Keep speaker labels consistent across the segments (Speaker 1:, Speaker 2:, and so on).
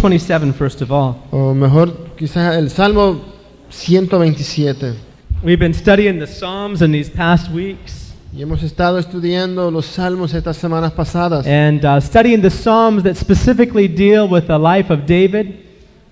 Speaker 1: 127, first of all.
Speaker 2: o mejor quizás el Salmo 127.
Speaker 1: We've been studying the Psalms in these past weeks
Speaker 2: Y hemos estado estudiando los salmos estas semanas pasadas,
Speaker 1: and uh, studying the Psalms that specifically deal with the life of David,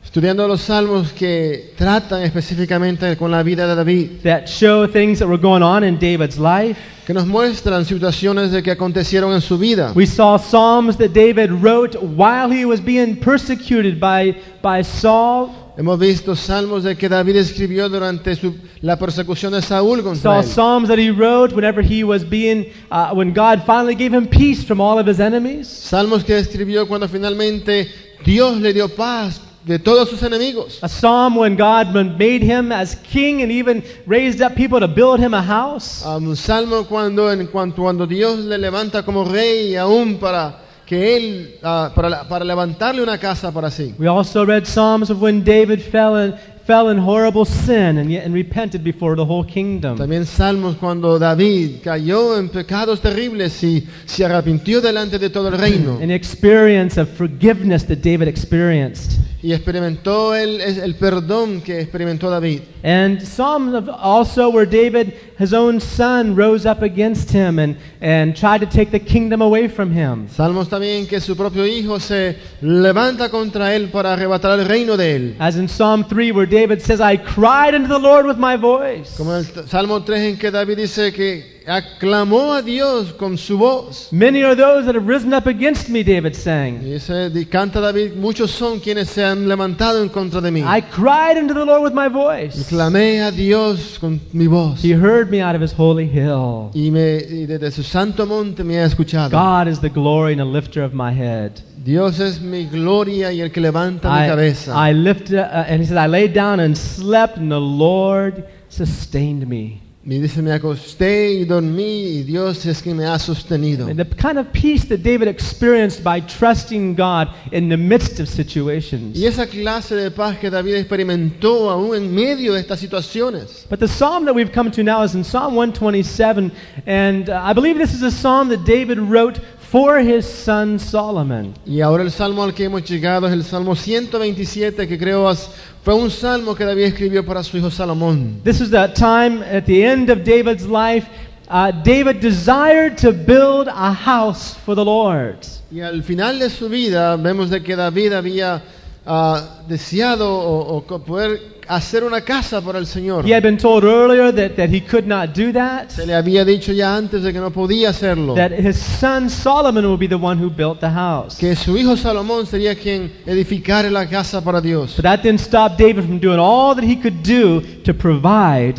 Speaker 2: estudiando los salmos que tratan específicamente con la vida de David,
Speaker 1: that show things that were going on in David's life.
Speaker 2: que nos muestran situaciones de que acontecieron en su vida.
Speaker 1: We saw Psalms that David wrote while he was being persecuted by, by Saul.
Speaker 2: Hemos visto salmos de que David escribió durante su- la persecución de Saúl
Speaker 1: Saw
Speaker 2: contra él.
Speaker 1: Psalms that he wrote whenever he was being, uh, when God finally gave him peace from all of his enemies.
Speaker 2: Salmos que escribió cuando finalmente Dios le dio paz de todos sus enemigos.
Speaker 1: A psalm when God made him as king and even raised up people to build him a house.
Speaker 2: A Un salmo cuando, en cuanto, cuando Dios le levanta como rey aún para que él ah, para, la- para levantarle una casa para sí.
Speaker 1: We also read Psalms of when David fell in, fell in horrible sin and, yet, and repented before the whole kingdom.
Speaker 2: También salmos cuando David cayó en pecados terribles y se arrepintió delante de todo el reino
Speaker 1: An experience of forgiveness that David experienced.
Speaker 2: y experimentó el, el perdón que experimentó David.
Speaker 1: And Psalms of also where David, his own son, rose up against him and, and tried to take the kingdom away from him.
Speaker 2: Salmos también que su propio hijo se levanta contra él para arrebatar el reino de él.
Speaker 1: As in Psalm 3, where David says, I cried unto the Lord with my voice.
Speaker 2: Como en el t- Salmo 3 en que David dice que aclamó a Dios con su voz.
Speaker 1: Many are those that have risen up against me, David sang.
Speaker 2: Y dice, di- canta David, muchos son quienes se han levantado en contra de mí.
Speaker 1: I cried unto the Lord with my voice.
Speaker 2: Clamé a Dios con mi voz.
Speaker 1: He heard me out of his holy hill.
Speaker 2: Y, me, y desde su santo monte me ha escuchado.
Speaker 1: God is the glory and the lifter of my head.
Speaker 2: Dios es mi gloria y el que levanta mi
Speaker 1: I,
Speaker 2: cabeza.
Speaker 1: I lifted, uh, and he said, I laid down and slept, and the Lord sustained me.
Speaker 2: Me dice, me acosté y dormí y Dios es quien me ha sostenido.
Speaker 1: And the kind of peace that David experienced by trusting God in the midst of situations.
Speaker 2: Y esa clase de paz que David experimentó aún en medio de estas situaciones.
Speaker 1: But the psalm that we've come to now is in Psalm 127, and uh, I believe this is a psalm that David wrote for his son Solomon.
Speaker 2: Y ahora el salmo al que hemos llegado es el salmo 127, que creo as- fue un salmo que David escribió para su hijo Salomón.
Speaker 1: This is that time at the end of David's life. Uh, David desired to build a house for the Lord.
Speaker 2: Y al final de su vida vemos de que David había ah, deseado o, o co- poder hacer una casa para el Señor.
Speaker 1: He had been told earlier that, that he could not do that,
Speaker 2: Se le había dicho ya antes de que no podía hacerlo.
Speaker 1: that his son Solomon would be the one who built the house.
Speaker 2: Que su hijo Salomón sería quien edificara la casa para Dios.
Speaker 1: But that didn't stop David from doing all that he could do to provide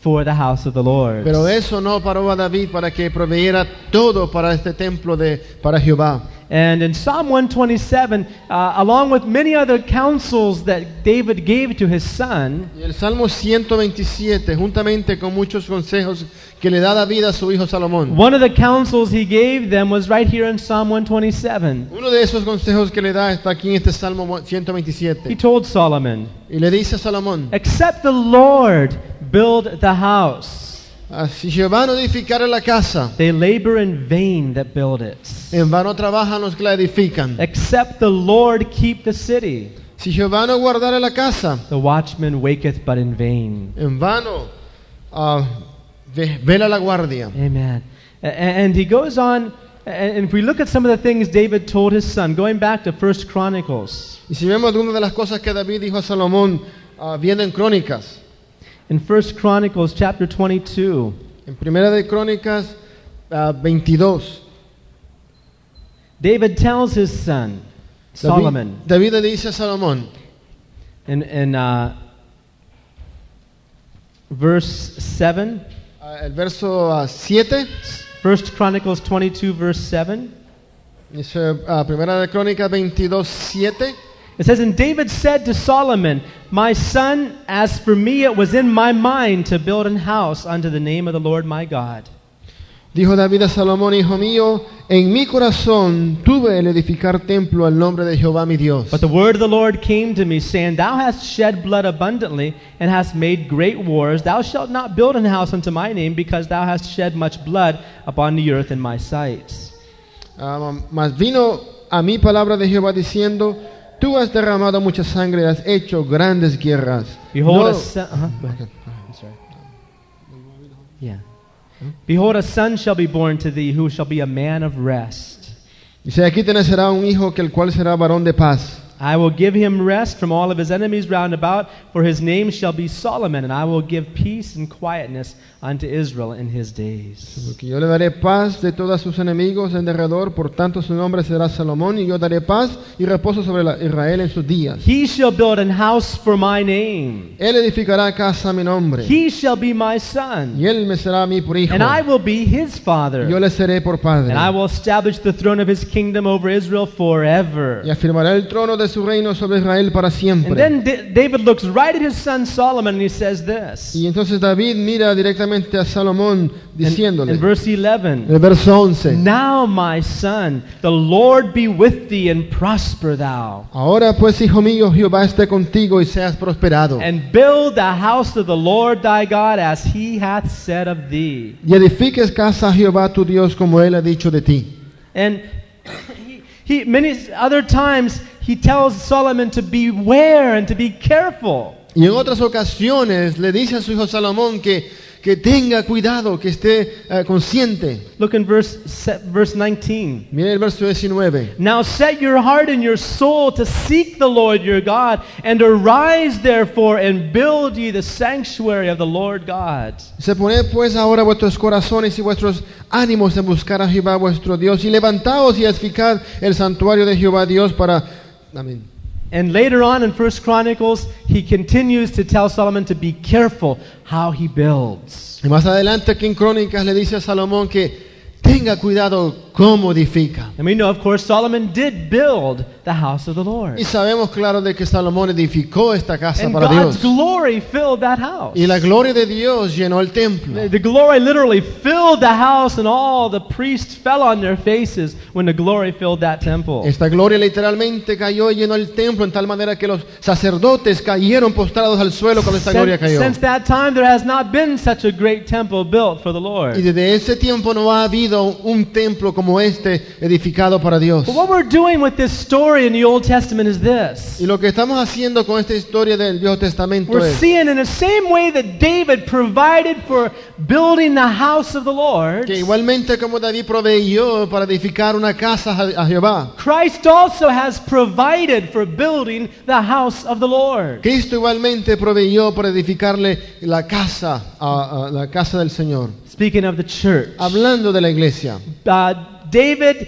Speaker 1: for the house of the Lord.
Speaker 2: Pero eso no paró a David para que proveyera todo para este templo de para Jehová.
Speaker 1: And in Psalm 127, uh, along with many other counsels that David gave to his son,
Speaker 2: Y el Salmo 127, juntamente con muchos consejos que le da David a su hijo Salomón.
Speaker 1: One of the counsels he gave them was right here in Psalm 127.
Speaker 2: Uno de esos consejos que le da está aquí en este Salmo
Speaker 1: He
Speaker 2: 127.
Speaker 1: told Solomon,
Speaker 2: Y le dice a Salomón,
Speaker 1: Except the Lord build the house,
Speaker 2: "Ah, si Jehová no edificara la casa,
Speaker 1: they labor in vain that build it.
Speaker 2: en vano trabajan los que la edifican.
Speaker 1: Except the Lord keep the city,
Speaker 2: Si Jehová no guardara la casa,
Speaker 1: the watchman waketh but in vain.
Speaker 2: en vano ah, ve- vela la guardia.
Speaker 1: Amen. A- And he goes on, and if we look at some of the things David told his son, going back to First Chronicles,
Speaker 2: Y si vemos algunas de las cosas que David dijo a Salomón, ah, vienen crónicas.
Speaker 1: in First Chronicles chapter 22,
Speaker 2: En Primera de Crónicas ah, 22,
Speaker 1: David tells his son,
Speaker 2: David-
Speaker 1: Solomon,
Speaker 2: David, le dice a Salomón,
Speaker 1: In, in uh, verse 7,
Speaker 2: ah, el verso ah, 7,
Speaker 1: First Chronicles 22, verse 7,
Speaker 2: dice, ah, Primera de Crónicas 22, 7,
Speaker 1: it says, And David said to Solomon, My son, as for me, it was in my mind to build an house unto the name of the Lord my God.
Speaker 2: dijo David a Salomón, hijo mío, en mi corazón tuve el edificar templo al nombre de Jehová mi Dios.
Speaker 1: But the word of the Lord came to me, saying, Thou hast shed blood abundantly, and hast made great wars. Thou shalt not build an house unto my name, because thou hast shed much blood upon the earth in my sight.
Speaker 2: Ah, mas vino a mí palabra de Jehová diciendo, Tú has derramado mucha sangre, has hecho grandes guerras.
Speaker 1: Behold,
Speaker 2: No-
Speaker 1: a son. Uh-huh, go ahead. I'm sorry. Yeah. Behold, a son shall be born to thee, who shall be a man of rest.
Speaker 2: Dice, aquí te nacerá un hijo que el cual será varón de paz.
Speaker 1: I will give him rest from all of his enemies round about, for his name shall be Solomon, and I will give peace and quietness unto Israel in his days.
Speaker 2: Porque yo le daré paz de todos sus enemigos en derredor, por tanto su nombre será Salomón, y yo daré paz y reposo sobre la- Israel en sus días.
Speaker 1: He shall build an house for my name.
Speaker 2: Él edificará casa a mi nombre,
Speaker 1: He shall be my son,
Speaker 2: y él me será a mí por hijo.
Speaker 1: and I will be his
Speaker 2: y Yo
Speaker 1: father.
Speaker 2: le seré por padre,
Speaker 1: And I will establish the throne of his kingdom over Israel forever.
Speaker 2: y afirmaré el trono de su reino sobre Israel para
Speaker 1: And
Speaker 2: siempre.
Speaker 1: then Da- David looks right at his son Solomon and he says this.
Speaker 2: Y entonces David mira directamente a Salomón
Speaker 1: In,
Speaker 2: diciéndole, Eh.
Speaker 1: in verse 11.
Speaker 2: el verso 11,
Speaker 1: Now, my son, the Lord be with thee and prosper thou.
Speaker 2: Ahora pues, hijo mío, Jehová esté contigo y seas prosperado.
Speaker 1: And build the house of the Lord thy God as he hath said of thee.
Speaker 2: Y edifiques casa a Jehová tu Dios como él ha dicho de ti.
Speaker 1: And he, he, many other times he tells Solomon to beware and to be careful.
Speaker 2: Y en otras ocasiones le dice a su hijo Salomón que, que tenga cuidado, que esté eh, consciente.
Speaker 1: Look in verse, se- verse 19.
Speaker 2: Mire el verso 19.
Speaker 1: Now set your heart and your soul to seek the Lord your God, and arise therefore and build ye the sanctuary of the Lord God.
Speaker 2: Se poned pues ahora vuestros corazones y vuestros ánimos en buscar a Jehová vuestro Dios y levantaos y edificad el santuario de Jehová Dios para... Amén.
Speaker 1: And later on in First Chronicles, he continues to tell Solomon to be careful how he builds.
Speaker 2: Y más adelante aquí en Crónicas le dice a Salomón que tenga cuidado cómo edifica.
Speaker 1: And we know, of course, Solomon did build the house of the Lord.
Speaker 2: Y sabemos claro de que Salomón edificó esta casa
Speaker 1: And
Speaker 2: para
Speaker 1: God's
Speaker 2: Dios.
Speaker 1: glory filled that house.
Speaker 2: Y la gloria de Dios llenó el templo.
Speaker 1: The the glory literally filled the house, and all the priests fell on their faces when the glory filled that temple.
Speaker 2: Esta gloria literalmente cayó y llenó el templo en tal manera que los sacerdotes cayeron postrados al suelo cuando esta gloria
Speaker 1: Since,
Speaker 2: cayó.
Speaker 1: since that time, there has not been such a great temple built for the Lord.
Speaker 2: Y desde ese tiempo no ha habido un templo como este edificado para Dios.
Speaker 1: But what we're doing with this story in the Old Testament is this.
Speaker 2: Y lo que estamos haciendo con esta historia del Viejo Testamento
Speaker 1: We're
Speaker 2: es
Speaker 1: seeing in the same way that David provided for building the house of the Lord,
Speaker 2: que igualmente como David proveyó para edificar una casa a a Jehová,
Speaker 1: Christ also has provided for building the house of the Lord.
Speaker 2: Cristo igualmente proveyó para edificarle la casa a, a la casa del Señor.
Speaker 1: Speaking of the church,
Speaker 2: Hablando de la iglesia,
Speaker 1: uh, David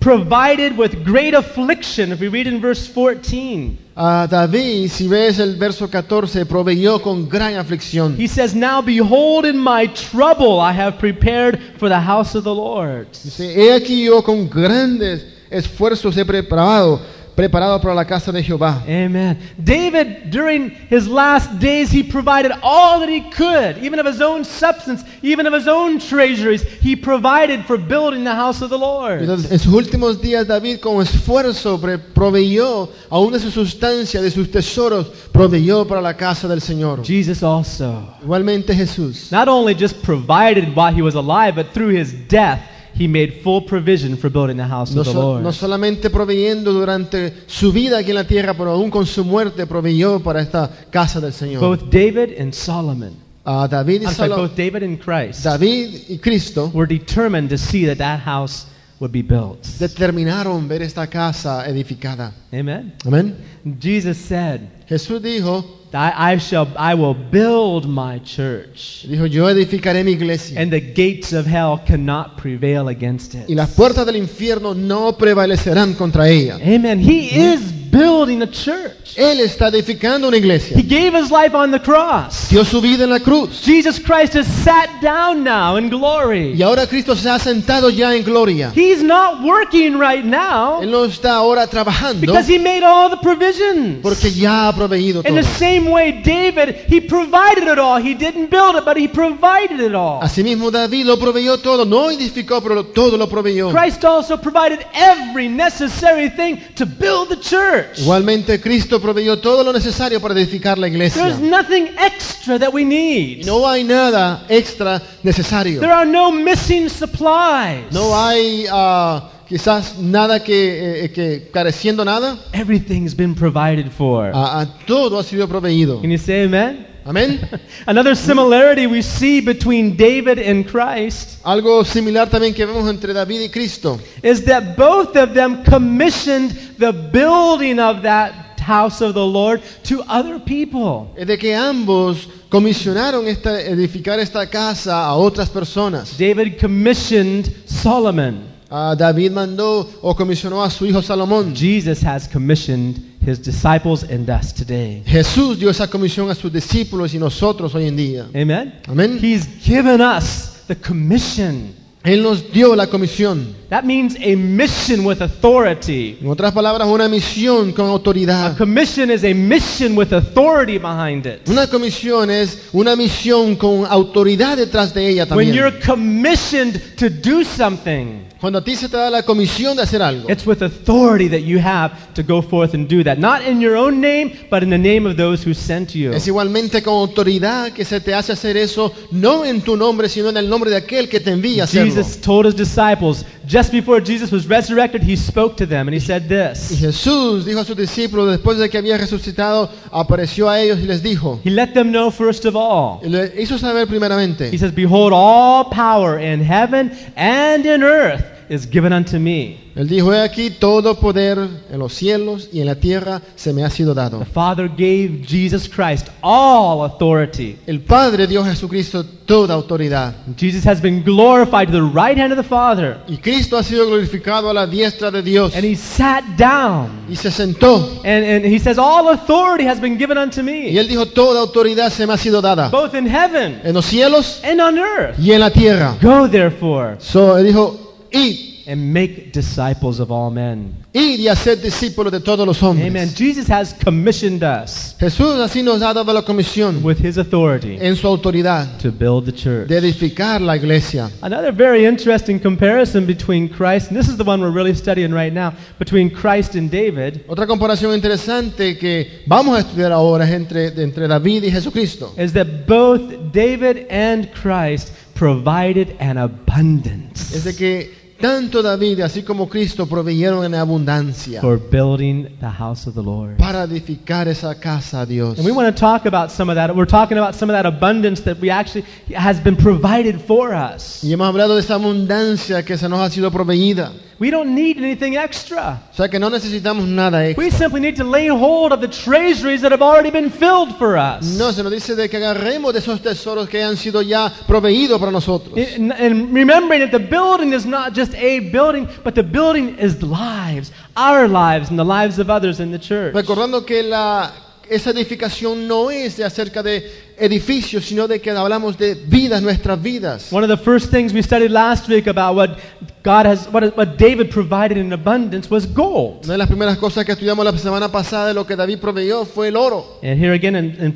Speaker 1: provided with great affliction, if we read in verse 14.
Speaker 2: a David, si ves el verso 14, proveyó con gran aflicción.
Speaker 1: He says, Now behold, in my trouble I have prepared for the house of the Lord.
Speaker 2: Dice, he aquí yo con grandes esfuerzos he preparado, preparado para la casa de Jehová.
Speaker 1: Amen. David, during his last days, he provided all that he could, even of his own substance, even of his own treasuries. He provided for building the house of the Lord.
Speaker 2: Entonces, en sus últimos días David con esfuerzo pre- proveyó aún de su sustancia, de sus tesoros, proveyó para la casa del Señor.
Speaker 1: Jesus also
Speaker 2: Igualmente Jesús.
Speaker 1: not only just provided while he was alive, but through his death, he made full provision for building the house
Speaker 2: No,
Speaker 1: of the
Speaker 2: so-
Speaker 1: Lord.
Speaker 2: no solamente proveyendo durante su vida aquí en la tierra, pero aún con su muerte proveyó para esta casa del Señor.
Speaker 1: Both David and Solomon,
Speaker 2: A David y
Speaker 1: I'm sorry,
Speaker 2: Salomón-
Speaker 1: both David and Christ,
Speaker 2: David y Cristo
Speaker 1: were determined to see that that house would be built.
Speaker 2: determinaron ver esta casa edificada.
Speaker 1: Amen.
Speaker 2: Amén.
Speaker 1: Jesus said,
Speaker 2: Jesús dijo,
Speaker 1: I, I shall I will build my church,
Speaker 2: dijo, yo edificaré mi iglesia
Speaker 1: and the gates of hell cannot prevail against it.
Speaker 2: y las puertas del infierno no prevalecerán contra ella.
Speaker 1: Amen. He is building a church.
Speaker 2: Él está edificando una
Speaker 1: He
Speaker 2: iglesia.
Speaker 1: gave his life on the cross.
Speaker 2: Dio su vida en la cruz
Speaker 1: Jesus Christ has sat down now in
Speaker 2: y
Speaker 1: glory.
Speaker 2: ahora Cristo se ha sentado ya en gloria.
Speaker 1: He's not working right
Speaker 2: Él
Speaker 1: now
Speaker 2: no está ahora trabajando
Speaker 1: because he made all the provisions.
Speaker 2: porque ya ha proveído
Speaker 1: In
Speaker 2: todo.
Speaker 1: the same way, David, he provided it all. He didn't build it, but he provided it all.
Speaker 2: Asimismo David lo proveyó todo, no edificó, pero lo- todo lo proveyó.
Speaker 1: Christ also provided every necessary thing to build the church.
Speaker 2: Igualmente Cristo proveyó todo lo necesario para edificar la iglesia.
Speaker 1: There's nothing extra that we
Speaker 2: Y
Speaker 1: need.
Speaker 2: No hay nada extra necesario.
Speaker 1: There are no missing supplies.
Speaker 2: No hay ah, quizás nada que, eh, que careciendo nada,
Speaker 1: Everything's been provided for.
Speaker 2: a, a todo ha sido proveído.
Speaker 1: Can you say amen?
Speaker 2: Amén.
Speaker 1: Another similarity we see between David and Christ
Speaker 2: Algo similar también que vemos entre David y Cristo
Speaker 1: is that both of them commissioned the building of that house of the Lord to other people.
Speaker 2: es de que ambos comisionaron esta, edificar esta casa a otras personas.
Speaker 1: David commissioned Solomon.
Speaker 2: Ah, David mandó o comisionó a su hijo Salomón.
Speaker 1: Jesus has commissioned his disciples and us today.
Speaker 2: Jesús dio esa comisión a sus discípulos y nosotros hoy en día.
Speaker 1: Amen?
Speaker 2: Amén.
Speaker 1: He's given us the commission.
Speaker 2: Él nos dio la comisión.
Speaker 1: That means a mission with authority.
Speaker 2: En otras palabras, una misión con
Speaker 1: A
Speaker 2: autoridad.
Speaker 1: commission is a mission with authority behind it.
Speaker 2: Una comisión es una misión con autoridad detrás de ella
Speaker 1: When you're
Speaker 2: también.
Speaker 1: commissioned to do something,
Speaker 2: Cuando a ti se te da la comisión de hacer algo,
Speaker 1: it's with authority that you have to go forth and do that. Not in your own name, but in the name of those who sent you.
Speaker 2: es igualmente con autoridad que se te hace hacer eso, no en tu nombre, sino en el nombre de aquel que te envía a hacerlo.
Speaker 1: Jesus told his disciples, just before Jesus was resurrected, he spoke to them and he said
Speaker 2: Y
Speaker 1: this.
Speaker 2: Jesús dijo a sus discípulos, después de que había resucitado, apareció a ellos y les dijo,
Speaker 1: He let them know, first of all,
Speaker 2: y le hizo saber primeramente,
Speaker 1: He says, Behold, all power in heaven and in earth is given unto me.
Speaker 2: Él dijo, he aquí todo poder en los cielos y en la tierra se me ha sido dado.
Speaker 1: The Father gave Jesus Christ all authority.
Speaker 2: El Padre dio a Jesucristo toda autoridad.
Speaker 1: Jesus has been glorified to the right hand of the Father,
Speaker 2: Y Cristo ha sido glorificado a la diestra de Dios.
Speaker 1: and he sat down.
Speaker 2: Y se sentó.
Speaker 1: And, and he says, All authority has been given unto
Speaker 2: Y
Speaker 1: me,
Speaker 2: él dijo, toda autoridad se me ha sido dada.
Speaker 1: both in heaven
Speaker 2: En los cielos
Speaker 1: and on earth.
Speaker 2: y en la tierra.
Speaker 1: Go therefore
Speaker 2: So, él dijo, y,
Speaker 1: and make disciples of all men.
Speaker 2: y y hacer discípulos de todos los
Speaker 1: Amen.
Speaker 2: hombres.
Speaker 1: Jesus has commissioned us
Speaker 2: Jesús así nos ha dado la comisión
Speaker 1: with his authority
Speaker 2: en su autoridad
Speaker 1: to build the church.
Speaker 2: de edificar la iglesia.
Speaker 1: Another very interesting comparison between Christ, and this is the one we're really studying right now, between Christ and David,
Speaker 2: Otra comparación interesante que vamos a estudiar ahora es entre, entre David y Jesucristo.
Speaker 1: is that both David and Christ provided an abundance
Speaker 2: es de que tanto David así como Cristo proveyeron en abundancia
Speaker 1: for building the house of the Lord.
Speaker 2: para edificar esa casa a Dios.
Speaker 1: And we want to talk about some of that. We're talking about some of that abundance that we actually has been provided for us.
Speaker 2: Y hemos hablado de esa abundancia que se nos ha sido proveída.
Speaker 1: We don't need anything extra.
Speaker 2: O sea que no necesitamos nada extra.
Speaker 1: We simply need to lay hold of the treasuries that have already been filled for us.
Speaker 2: No, se nos dice de que agarremos de esos tesoros que han sido ya proveídos para nosotros.
Speaker 1: And and remembering that the building is not just a building, but the building is lives, our lives, and the lives of others in the church.
Speaker 2: Recordando que la, esa edificación no es de acerca de edificios, sino de que hablamos de vidas, nuestras vidas.
Speaker 1: One of the first things we studied last week about what God has, what, what David provided in abundance was gold.
Speaker 2: Una de las primeras cosas que estudiamos la semana pasada de lo que David proveyó fue el oro.
Speaker 1: And here again in, in 1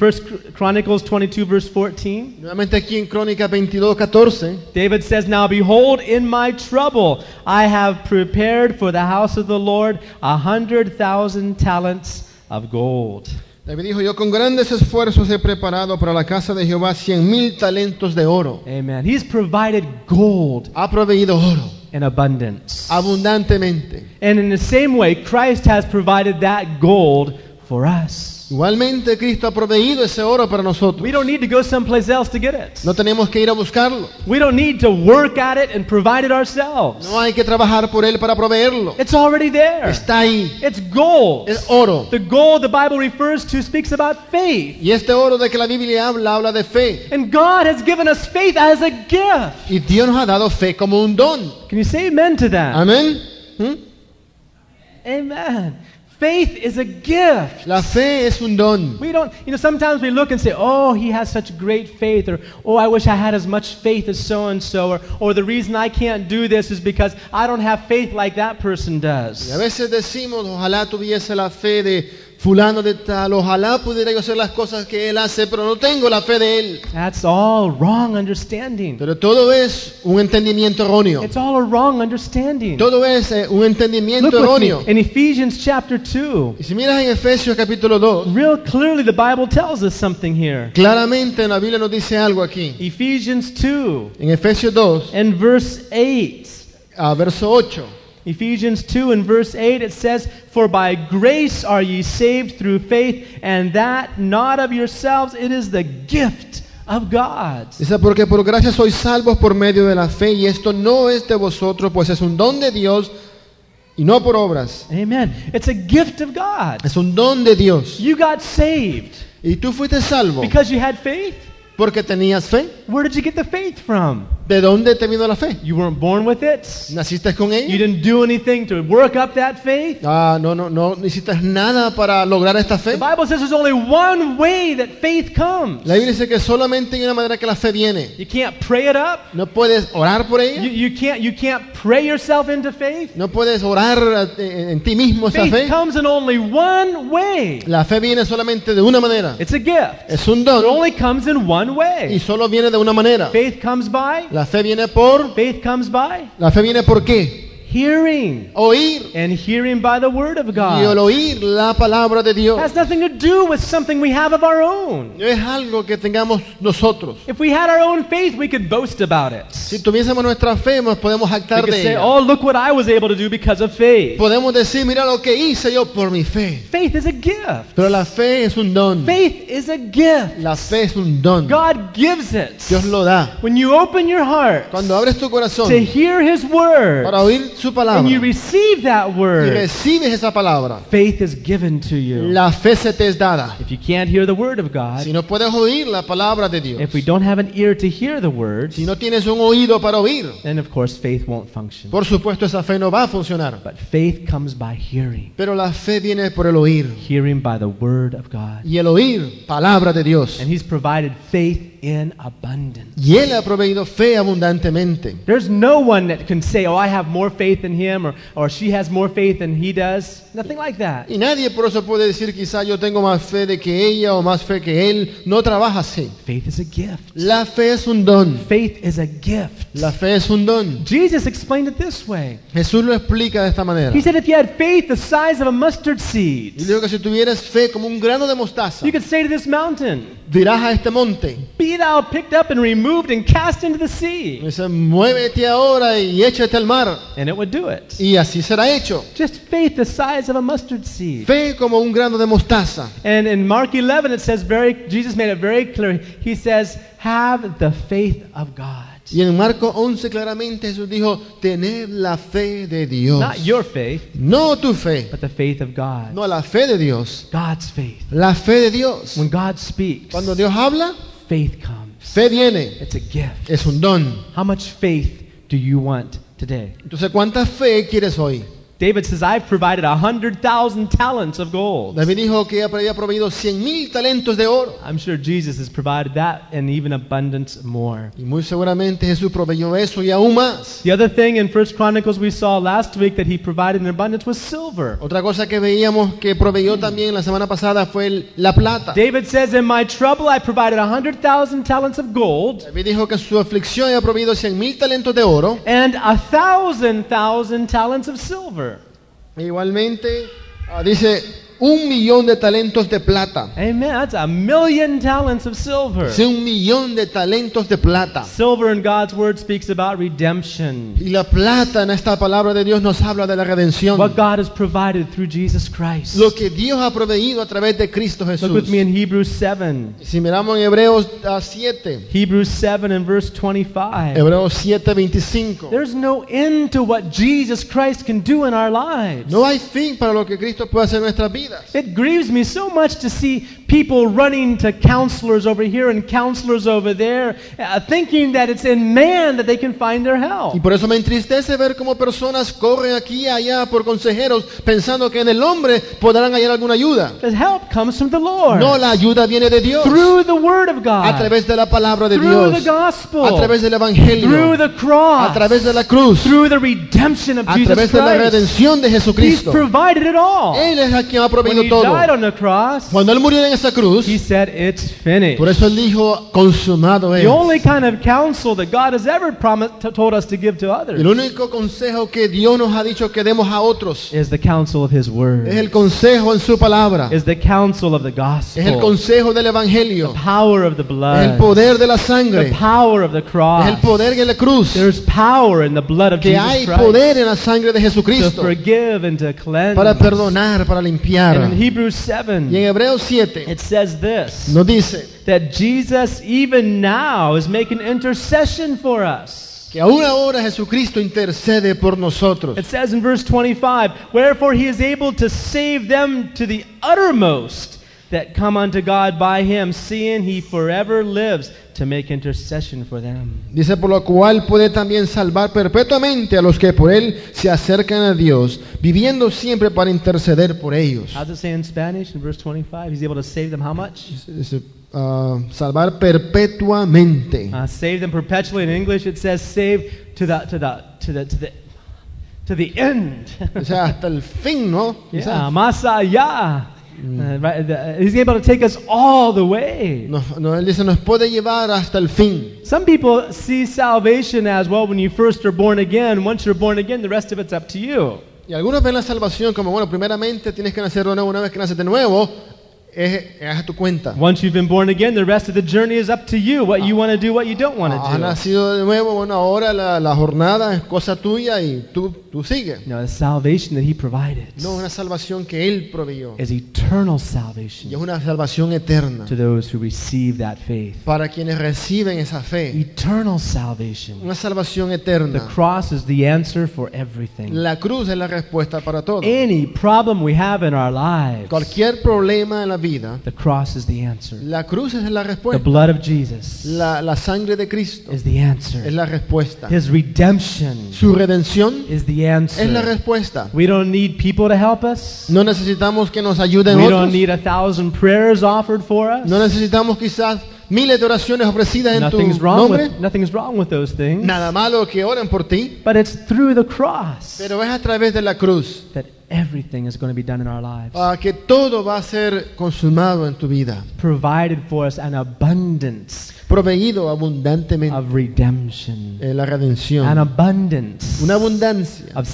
Speaker 1: Chronicles 22, verse 14,
Speaker 2: Nuevamente aquí en Crónica 22, 14,
Speaker 1: David says, Now behold, in my trouble I have prepared for the house of the Lord a hundred thousand talents of gold.
Speaker 2: David dijo, yo con grandes esfuerzos he preparado para la casa de Jehová cien mil talentos de oro.
Speaker 1: Amen. He's provided gold
Speaker 2: Ha proveído oro
Speaker 1: in abundance.
Speaker 2: abundantemente.
Speaker 1: And in the same way, Christ has provided that gold for us.
Speaker 2: Igualmente Cristo ha proveído ese oro para nosotros.
Speaker 1: We don't need to go someplace else to get it.
Speaker 2: No tenemos que ir a buscarlo.
Speaker 1: We don't need to work at it and provide it ourselves.
Speaker 2: No hay que trabajar por él para proveerlo.
Speaker 1: It's already there.
Speaker 2: Está ahí.
Speaker 1: It's gold.
Speaker 2: Es oro.
Speaker 1: The gold the Bible refers to speaks about faith.
Speaker 2: Y este oro de que la Biblia habla, habla de fe.
Speaker 1: And God has given us faith as a gift.
Speaker 2: Y Dios nos ha dado fe como un don.
Speaker 1: Can you say amen to that?
Speaker 2: Amén. ¿Mm?
Speaker 1: Amen. Faith is a gift.
Speaker 2: La fe es un don.
Speaker 1: We don't, you know, sometimes we look and say, oh, he has such great faith, or oh, I wish I had as much faith as so and so, or or the reason I can't do this is because I don't have faith like that person
Speaker 2: Y a
Speaker 1: does.
Speaker 2: veces decimos, ojalá tuviese la fe de fulano de tal, ojalá pudiera yo hacer las cosas que él hace, pero no tengo la fe de él.
Speaker 1: That's all wrong understanding.
Speaker 2: Pero todo es un entendimiento erróneo.
Speaker 1: It's all a wrong understanding.
Speaker 2: Todo es eh, un
Speaker 1: Look
Speaker 2: entendimiento
Speaker 1: with me
Speaker 2: erróneo.
Speaker 1: in Ephesians chapter 2.
Speaker 2: Y si miras en Efesios capítulo 2,
Speaker 1: Real clearly, the Bible tells us something here.
Speaker 2: claramente en la Biblia nos dice algo aquí.
Speaker 1: Ephesians 2
Speaker 2: En Efesios 2,
Speaker 1: and verse 8.
Speaker 2: a verso 8.
Speaker 1: Ephesians 2 and verse 8, it says, For by grace are ye saved through faith, and that not of yourselves, it is the gift of God.
Speaker 2: Dice, porque por gracia sois salvos por medio de la fe, y esto no es de vosotros, pues es un don de Dios y no por obras.
Speaker 1: Amen. It's a gift of God.
Speaker 2: Es un don de Dios.
Speaker 1: You got saved
Speaker 2: Y tú fuiste salvo
Speaker 1: because you had faith.
Speaker 2: porque tenías fe.
Speaker 1: Where did you get the faith from?
Speaker 2: ¿De dónde te vino la fe?
Speaker 1: You weren't born with it.
Speaker 2: ¿Naciste con
Speaker 1: You
Speaker 2: ella?
Speaker 1: didn't do anything to work up that faith.
Speaker 2: Ah, no, no, no, no hiciste nada para lograr esta
Speaker 1: The
Speaker 2: fe.
Speaker 1: Bible says there's only one way that faith comes.
Speaker 2: La Biblia dice que solamente hay una manera que la fe viene.
Speaker 1: You can't pray it up.
Speaker 2: No puedes orar por
Speaker 1: You,
Speaker 2: ella.
Speaker 1: you, can't, you can't pray yourself into faith.
Speaker 2: No puedes orar eh, en ti mismo esa
Speaker 1: Faith
Speaker 2: fe.
Speaker 1: comes in only one way.
Speaker 2: La fe viene solamente de una manera.
Speaker 1: It's a gift.
Speaker 2: Es un
Speaker 1: It
Speaker 2: don
Speaker 1: only comes in one
Speaker 2: y
Speaker 1: way.
Speaker 2: solo viene de una manera.
Speaker 1: Faith comes by.
Speaker 2: La fe viene por
Speaker 1: Faith comes by
Speaker 2: La fe viene por qué?
Speaker 1: hearing,
Speaker 2: Oír
Speaker 1: and hearing by the word of
Speaker 2: y al
Speaker 1: God.
Speaker 2: oír la palabra de
Speaker 1: It
Speaker 2: Dios.
Speaker 1: has nothing to do with something we have of our own.
Speaker 2: No es algo que tengamos nosotros.
Speaker 1: If we had our own faith, we could boast about it.
Speaker 2: Si tuviésemos nuestra fe, nos podemos
Speaker 1: We
Speaker 2: jactar
Speaker 1: could
Speaker 2: de
Speaker 1: say,
Speaker 2: ella.
Speaker 1: "Oh, look what I was able to do because of faith."
Speaker 2: Podemos decir, mira lo que hice yo por mi fe.
Speaker 1: Faith is a gift.
Speaker 2: Pero la fe es un don.
Speaker 1: Faith is a gift.
Speaker 2: La fe es un don.
Speaker 1: God gives it.
Speaker 2: Dios lo da.
Speaker 1: When you open your heart
Speaker 2: Cuando abres tu corazón
Speaker 1: to hear His word
Speaker 2: para oír su palabra
Speaker 1: and you
Speaker 2: y
Speaker 1: receive that word,
Speaker 2: recibes esa palabra,
Speaker 1: faith is given to you.
Speaker 2: la fe se te es dada.
Speaker 1: If you can't hear the word of
Speaker 2: Si
Speaker 1: God,
Speaker 2: no puedes oír la palabra de Dios,
Speaker 1: if we don't have an ear to hear the word,
Speaker 2: si no tienes un oído para oír,
Speaker 1: then of course faith won't function.
Speaker 2: por supuesto esa fe no va a funcionar.
Speaker 1: But faith comes by hearing,
Speaker 2: Pero la fe viene por el oír.
Speaker 1: hearing by the word of God.
Speaker 2: Y el oír, palabra de Dios.
Speaker 1: And He's provided faith in abundance.
Speaker 2: Y Él ha proveído fe abundantemente.
Speaker 1: There's no one that can say, oh, I have more faith than him or, or she has more faith than he does. Nothing like that.
Speaker 2: Y nadie por eso puede decir quizá yo tengo más fe de que ella o más fe que él. No trabaja así.
Speaker 1: Faith is a gift.
Speaker 2: La fe es un don.
Speaker 1: Faith is a gift.
Speaker 2: La fe es un don.
Speaker 1: Jesus explained it this way.
Speaker 2: Jesús lo explica de esta manera.
Speaker 1: He said, if you had faith the size of a mustard seed,
Speaker 2: Y digo que si tuvieras fe como un grano de mostaza,
Speaker 1: you could say to this mountain,
Speaker 2: dirás a este monte,
Speaker 1: be thou picked up and removed and cast into the sea.
Speaker 2: dice, muévete ahora y échate al mar.
Speaker 1: And it would do it.
Speaker 2: Y así será hecho.
Speaker 1: Just faith the size of a mustard seed.
Speaker 2: Fe como un grano de mostaza.
Speaker 1: And in Mark 11, it says very, Jesus made it very clear. He says, have the faith of God.
Speaker 2: Y en Marco 11 claramente Jesús dijo, tener la fe de Dios.
Speaker 1: Not your faith,
Speaker 2: No tu fe,
Speaker 1: but the faith of God.
Speaker 2: no la fe de Dios.
Speaker 1: God's faith.
Speaker 2: La fe de Dios.
Speaker 1: When God speaks,
Speaker 2: Cuando Dios habla,
Speaker 1: faith comes.
Speaker 2: fe viene.
Speaker 1: It's a gift.
Speaker 2: Es un don.
Speaker 1: How much faith do you want today?
Speaker 2: Entonces, ¿cuánta fe quieres hoy?
Speaker 1: David says, I've provided a 100,000 talents of gold.
Speaker 2: David dijo que había proveído 100 mil talentos de oro.
Speaker 1: I'm sure Jesus has provided that and even abundance more.
Speaker 2: Y muy seguramente Jesús proveyó eso y aún más.
Speaker 1: The other thing in First Chronicles we saw last week that he provided in abundance was silver.
Speaker 2: Otra cosa que veíamos que proveyó también la semana pasada fue el- la plata.
Speaker 1: David says, In my trouble, I provided a 100,000 talents of gold
Speaker 2: David dijo que su aflicción había proveído 100 mil talentos de oro.
Speaker 1: and a thousand thousand talents of silver.
Speaker 2: Igualmente, ah, dice un millón de talentos de plata.
Speaker 1: Amen. That's a million talents of silver.
Speaker 2: Dice un millón de talentos de plata.
Speaker 1: Silver in God's word speaks about redemption.
Speaker 2: Y la plata en esta palabra de Dios nos habla de la redención.
Speaker 1: What God has provided through Jesus Christ.
Speaker 2: Lo que Dios ha proveído a través de Cristo Jesús.
Speaker 1: Look with me in Hebrews 7.
Speaker 2: Si miramos en Hebreos ah, 7,
Speaker 1: Hebrews 7 and verse 25.
Speaker 2: Hebreos 7, 25.
Speaker 1: There's no end to what Jesus Christ can do in our lives.
Speaker 2: No hay fin para lo que Cristo puede hacer en nuestras vidas.
Speaker 1: It grieves me so much to see people running to counselors over here and counselors over there, uh, thinking that it's in man that they can find their
Speaker 2: Y
Speaker 1: help.
Speaker 2: por eso me entristece ver cómo personas corren aquí y allá por consejeros pensando que en el hombre podrán hallar alguna ayuda.
Speaker 1: The help comes from the Lord
Speaker 2: No, la ayuda viene de Dios.
Speaker 1: through the Word of
Speaker 2: A
Speaker 1: God,
Speaker 2: través de la palabra de
Speaker 1: through
Speaker 2: Dios.
Speaker 1: the gospel,
Speaker 2: A través del
Speaker 1: through
Speaker 2: evangelio.
Speaker 1: the cross,
Speaker 2: A través de la cruz.
Speaker 1: through the redemption of
Speaker 2: A
Speaker 1: Jesus
Speaker 2: través de la
Speaker 1: Christ.
Speaker 2: redención de
Speaker 1: He's
Speaker 2: Jesucristo.
Speaker 1: provided it all.
Speaker 2: Él es el quien ha
Speaker 1: When
Speaker 2: proveído
Speaker 1: he
Speaker 2: todo.
Speaker 1: died on the cross,
Speaker 2: Cuando Él murió en esa cruz,
Speaker 1: he said, It's finished.
Speaker 2: por eso él dijo, consumado es.
Speaker 1: The only kind of counsel that God has ever promised, to- told us to give to
Speaker 2: El
Speaker 1: others
Speaker 2: único consejo que Dios nos ha dicho que demos a otros
Speaker 1: is the counsel of His
Speaker 2: es el
Speaker 1: Word,
Speaker 2: consejo en su palabra,
Speaker 1: is the counsel of the
Speaker 2: es el
Speaker 1: gospel,
Speaker 2: consejo del evangelio,
Speaker 1: power of the
Speaker 2: es el
Speaker 1: blood,
Speaker 2: poder de la
Speaker 1: the
Speaker 2: sangre,
Speaker 1: power of the
Speaker 2: es el
Speaker 1: cross.
Speaker 2: poder de la cruz,
Speaker 1: There's power in the blood of
Speaker 2: que
Speaker 1: Jesus
Speaker 2: hay
Speaker 1: Christ
Speaker 2: poder en la sangre de
Speaker 1: to
Speaker 2: Jesucristo
Speaker 1: forgive and to cleanse.
Speaker 2: para perdonar, para
Speaker 1: And
Speaker 2: limpiar.
Speaker 1: in Hebrews
Speaker 2: Y en
Speaker 1: 7,
Speaker 2: Hebreos 7
Speaker 1: it says this
Speaker 2: nos dice
Speaker 1: that Jesus, even now, is making intercession for us.
Speaker 2: que aún ahora Jesucristo intercede por nosotros.
Speaker 1: It says in verse 25, Wherefore he is able to save them to the uttermost that come unto God by him, seeing he forever lives to make intercession for them.
Speaker 2: Dice, por lo cual puede también salvar perpetuamente a los que por él se acercan a Dios, viviendo siempre para interceder por ellos.
Speaker 1: How's it say in Spanish in verse 25? He's able to save them how much?
Speaker 2: Dice, ah, salvar perpetuamente.
Speaker 1: Uh, save them perpetually. In English, it says save to the, to the, to the, to the, to the end.
Speaker 2: O sea, hasta el fin, ¿no? O
Speaker 1: yeah,
Speaker 2: sea,
Speaker 1: más allá.
Speaker 2: Mm.
Speaker 1: Uh, right, the- he's able to take us all the way.
Speaker 2: nos- no, él dice, nos puede llevar hasta el fin.
Speaker 1: Some people see salvation as well when you first are born again. Once you're born again, the rest of it's up to you.
Speaker 2: Y algunos ven la salvación como, bueno, primeramente tienes que nacer de nuevo, una vez que naces de nuevo, es, es a tu cuenta.
Speaker 1: Once you've been born again, the rest of the journey is up to you. What you want to do, what you don't want
Speaker 2: Has
Speaker 1: to do.
Speaker 2: Ah, nacido de nuevo, bueno, ahora la, la jornada es cosa tuya y tú, tú sigues.
Speaker 1: No, the salvation that He provided
Speaker 2: No, una salvación que Él proveyó.
Speaker 1: is eternal
Speaker 2: Y
Speaker 1: salvation
Speaker 2: es una salvación eterna
Speaker 1: to those who receive that faith.
Speaker 2: para quienes reciben esa fe.
Speaker 1: Eternal salvation.
Speaker 2: Una salvación
Speaker 1: The
Speaker 2: eterna.
Speaker 1: cross is the answer for everything.
Speaker 2: La cruz es la respuesta para todo.
Speaker 1: Any problem we have in our lives,
Speaker 2: Cualquier problema en la vida,
Speaker 1: the cross is the answer.
Speaker 2: la cruz es la
Speaker 1: The
Speaker 2: respuesta.
Speaker 1: blood of Jesus
Speaker 2: La, la sangre de Cristo
Speaker 1: is the answer.
Speaker 2: es la respuesta.
Speaker 1: His redemption
Speaker 2: Su redención
Speaker 1: is the
Speaker 2: es la
Speaker 1: answer.
Speaker 2: respuesta.
Speaker 1: We don't need people to help us.
Speaker 2: No necesitamos que nos ayuden
Speaker 1: We don't
Speaker 2: otros.
Speaker 1: need a thousand prayers offered for us.
Speaker 2: No necesitamos quizás miles de oraciones ofrecidas en tu
Speaker 1: Nothing's wrong
Speaker 2: nombre.
Speaker 1: with nothing's wrong with those things.
Speaker 2: Nada malo que oren por ti.
Speaker 1: But it's through the cross
Speaker 2: Pero es a través de la cruz
Speaker 1: that everything is going to be done in our lives.
Speaker 2: ah, que todo va a ser consumado en tu vida.
Speaker 1: Provided for us an abundance
Speaker 2: Proveído abundantemente
Speaker 1: of redemption.
Speaker 2: eh, la
Speaker 1: An
Speaker 2: redención.
Speaker 1: abundance
Speaker 2: Una abundancia
Speaker 1: of
Speaker 2: de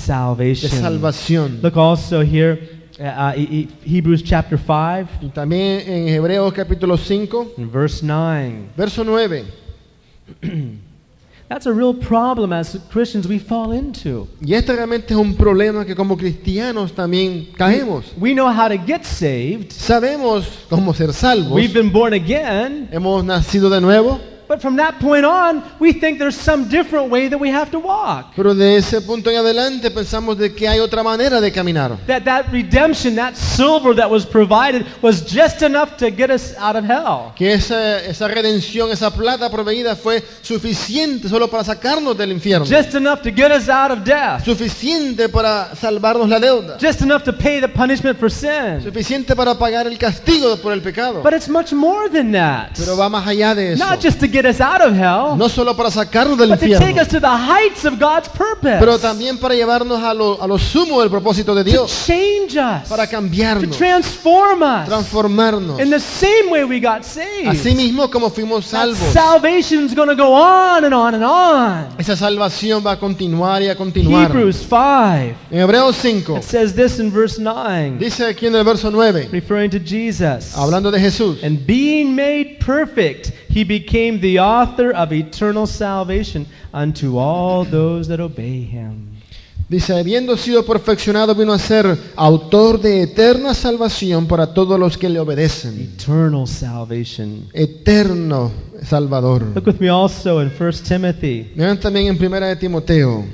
Speaker 1: salvation.
Speaker 2: salvación.
Speaker 1: Look also here uh, uh, E- E- Hebrews chapter 5
Speaker 2: Y También en Hebreos capítulo 5,
Speaker 1: and verse 9.
Speaker 2: verso 9.
Speaker 1: That's a real problem as Christians we fall into.
Speaker 2: Y este realmente es un problema que como cristianos también caemos.
Speaker 1: We know how to get saved.
Speaker 2: Sabemos cómo ser salvos.
Speaker 1: We've been born again.
Speaker 2: Hemos nacido de nuevo.
Speaker 1: But from that point on, we think there's some different way that we have to walk.
Speaker 2: Pero de ese punto en adelante pensamos de que hay otra manera de caminar.
Speaker 1: That that redemption, that silver that was provided was just enough to get us out of hell.
Speaker 2: Que esa, esa redención, esa plata proveída fue suficiente solo para sacarnos del infierno.
Speaker 1: Just enough to get us out of death.
Speaker 2: Suficiente para salvarnos la deuda.
Speaker 1: Just enough to pay the punishment for sin.
Speaker 2: Suficiente para pagar el castigo por el pecado.
Speaker 1: But it's much more than that.
Speaker 2: Pero va más allá de eso.
Speaker 1: Not just to get us out of hell,
Speaker 2: No solo para sacarnos del
Speaker 1: but to take
Speaker 2: infierno,
Speaker 1: us to the heights of God's
Speaker 2: pero
Speaker 1: purpose.
Speaker 2: también para llevarnos a lo, a lo sumo del propósito de
Speaker 1: To
Speaker 2: Dios.
Speaker 1: change us.
Speaker 2: Para
Speaker 1: To
Speaker 2: cambiarnos,
Speaker 1: transform us.
Speaker 2: transformarnos.
Speaker 1: In the same way we got saved.
Speaker 2: Así mismo como fuimos
Speaker 1: That
Speaker 2: salvos.
Speaker 1: salvation's going to go on and on and on.
Speaker 2: Esa salvación va a continuar y a continuar.
Speaker 1: Hebrews 5.
Speaker 2: En Hebreos 5
Speaker 1: It says this in verse 9,
Speaker 2: dice aquí en el verso 9,
Speaker 1: referring to Jesus.
Speaker 2: hablando de Jesús.
Speaker 1: And being made perfect, he became the author of eternal salvation unto all those that obey him.
Speaker 2: Dice, habiendo sido perfeccionado, vino a ser autor de eterna salvación para todos los que le obedecen.
Speaker 1: Eternal salvation.
Speaker 2: Eterno Salvador.
Speaker 1: Look with me also in 1 Timothy.
Speaker 2: Vean también en primera de Timoteo,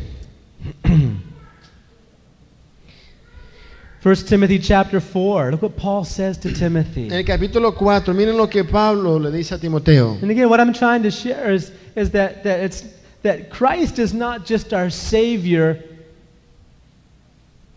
Speaker 1: 1 Timothy chapter 4. Look what Paul says to
Speaker 2: en
Speaker 1: Timothy.
Speaker 2: el capítulo 4, miren lo que Pablo le dice a Timoteo.
Speaker 1: And again, what I'm trying to share is, is that, that, it's, that Christ is not just our Savior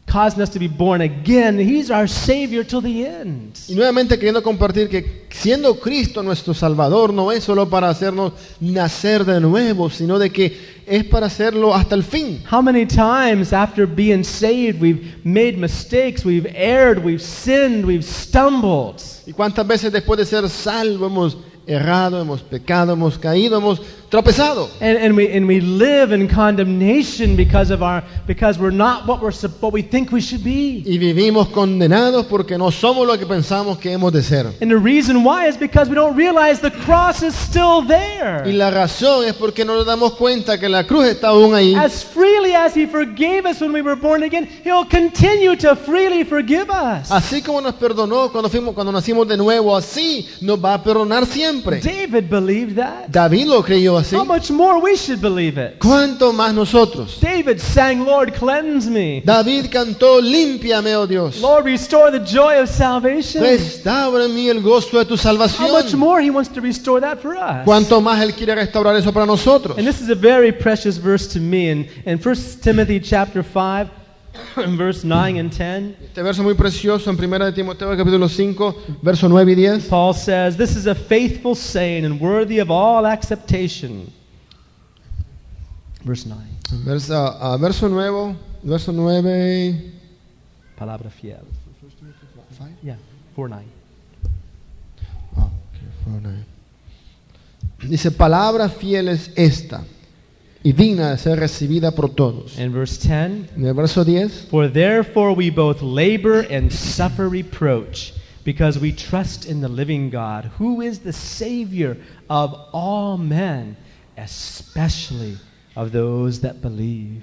Speaker 1: causing us to be born again. He's our Savior till the end.
Speaker 2: Y nuevamente queriendo compartir que siendo Cristo nuestro Salvador no es solo para hacernos nacer de nuevo, sino de que es para hacerlo hasta el fin.
Speaker 1: How many times after being saved we've made mistakes, we've erred, we've sinned, we've stumbled?
Speaker 2: ¿Y cuántas veces después de ser salvo hemos errado, hemos pecado, hemos caído, hemos tropezado?
Speaker 1: And, and, we, and we live in condemnation because, of our, because we're not what, we're, sup- what we think we should be.
Speaker 2: Y vivimos condenados porque no somos lo que pensamos que hemos de ser.
Speaker 1: And the reason why is because we don't realize the cross is still
Speaker 2: Y
Speaker 1: there.
Speaker 2: la razón es porque no nos damos cuenta que la cruz está aún ahí.
Speaker 1: As freely as He forgave us when we were born again, He'll continue to freely forgive us.
Speaker 2: Así como nos perdonó cuando, fuimos, cuando nacimos de nuevo, así nos va a perdonar siempre.
Speaker 1: David believed that.
Speaker 2: David lo creyó así.
Speaker 1: How much more we should believe it.
Speaker 2: ¿Cuánto más nosotros?
Speaker 1: David sang, Lord, cleanse me.
Speaker 2: David cantó, límpiame, oh Dios.
Speaker 1: Lord, restore the joy of salvation.
Speaker 2: Restaura en mí el gozo de tu
Speaker 1: How much
Speaker 2: salvación.
Speaker 1: more he wants to restore that for us.
Speaker 2: ¿Cuánto más Él quiere restaurar eso para nosotros?
Speaker 1: And this is a very precious verse to me. In, in 1 Timothy chapter 5, verse 9 and 10,
Speaker 2: Este verso muy precioso en 1 de Timoteo capítulo 5, verso 9 y 10.
Speaker 1: Paul says, This is a faithful saying and worthy of all acceptation. Verse 9.
Speaker 2: Verso, ah, verso nuevo, verso 9.
Speaker 1: Palabra fiel. Yeah, 4 9.
Speaker 2: Ah, ok, fue una- Dice, palabra fiel es esta y digna de ser recibida por todos.
Speaker 1: And verse 10.
Speaker 2: En el verso 10,
Speaker 1: For therefore we both labor and suffer reproach, because we trust in the living God, who is the Savior of all men, especially of those that believe.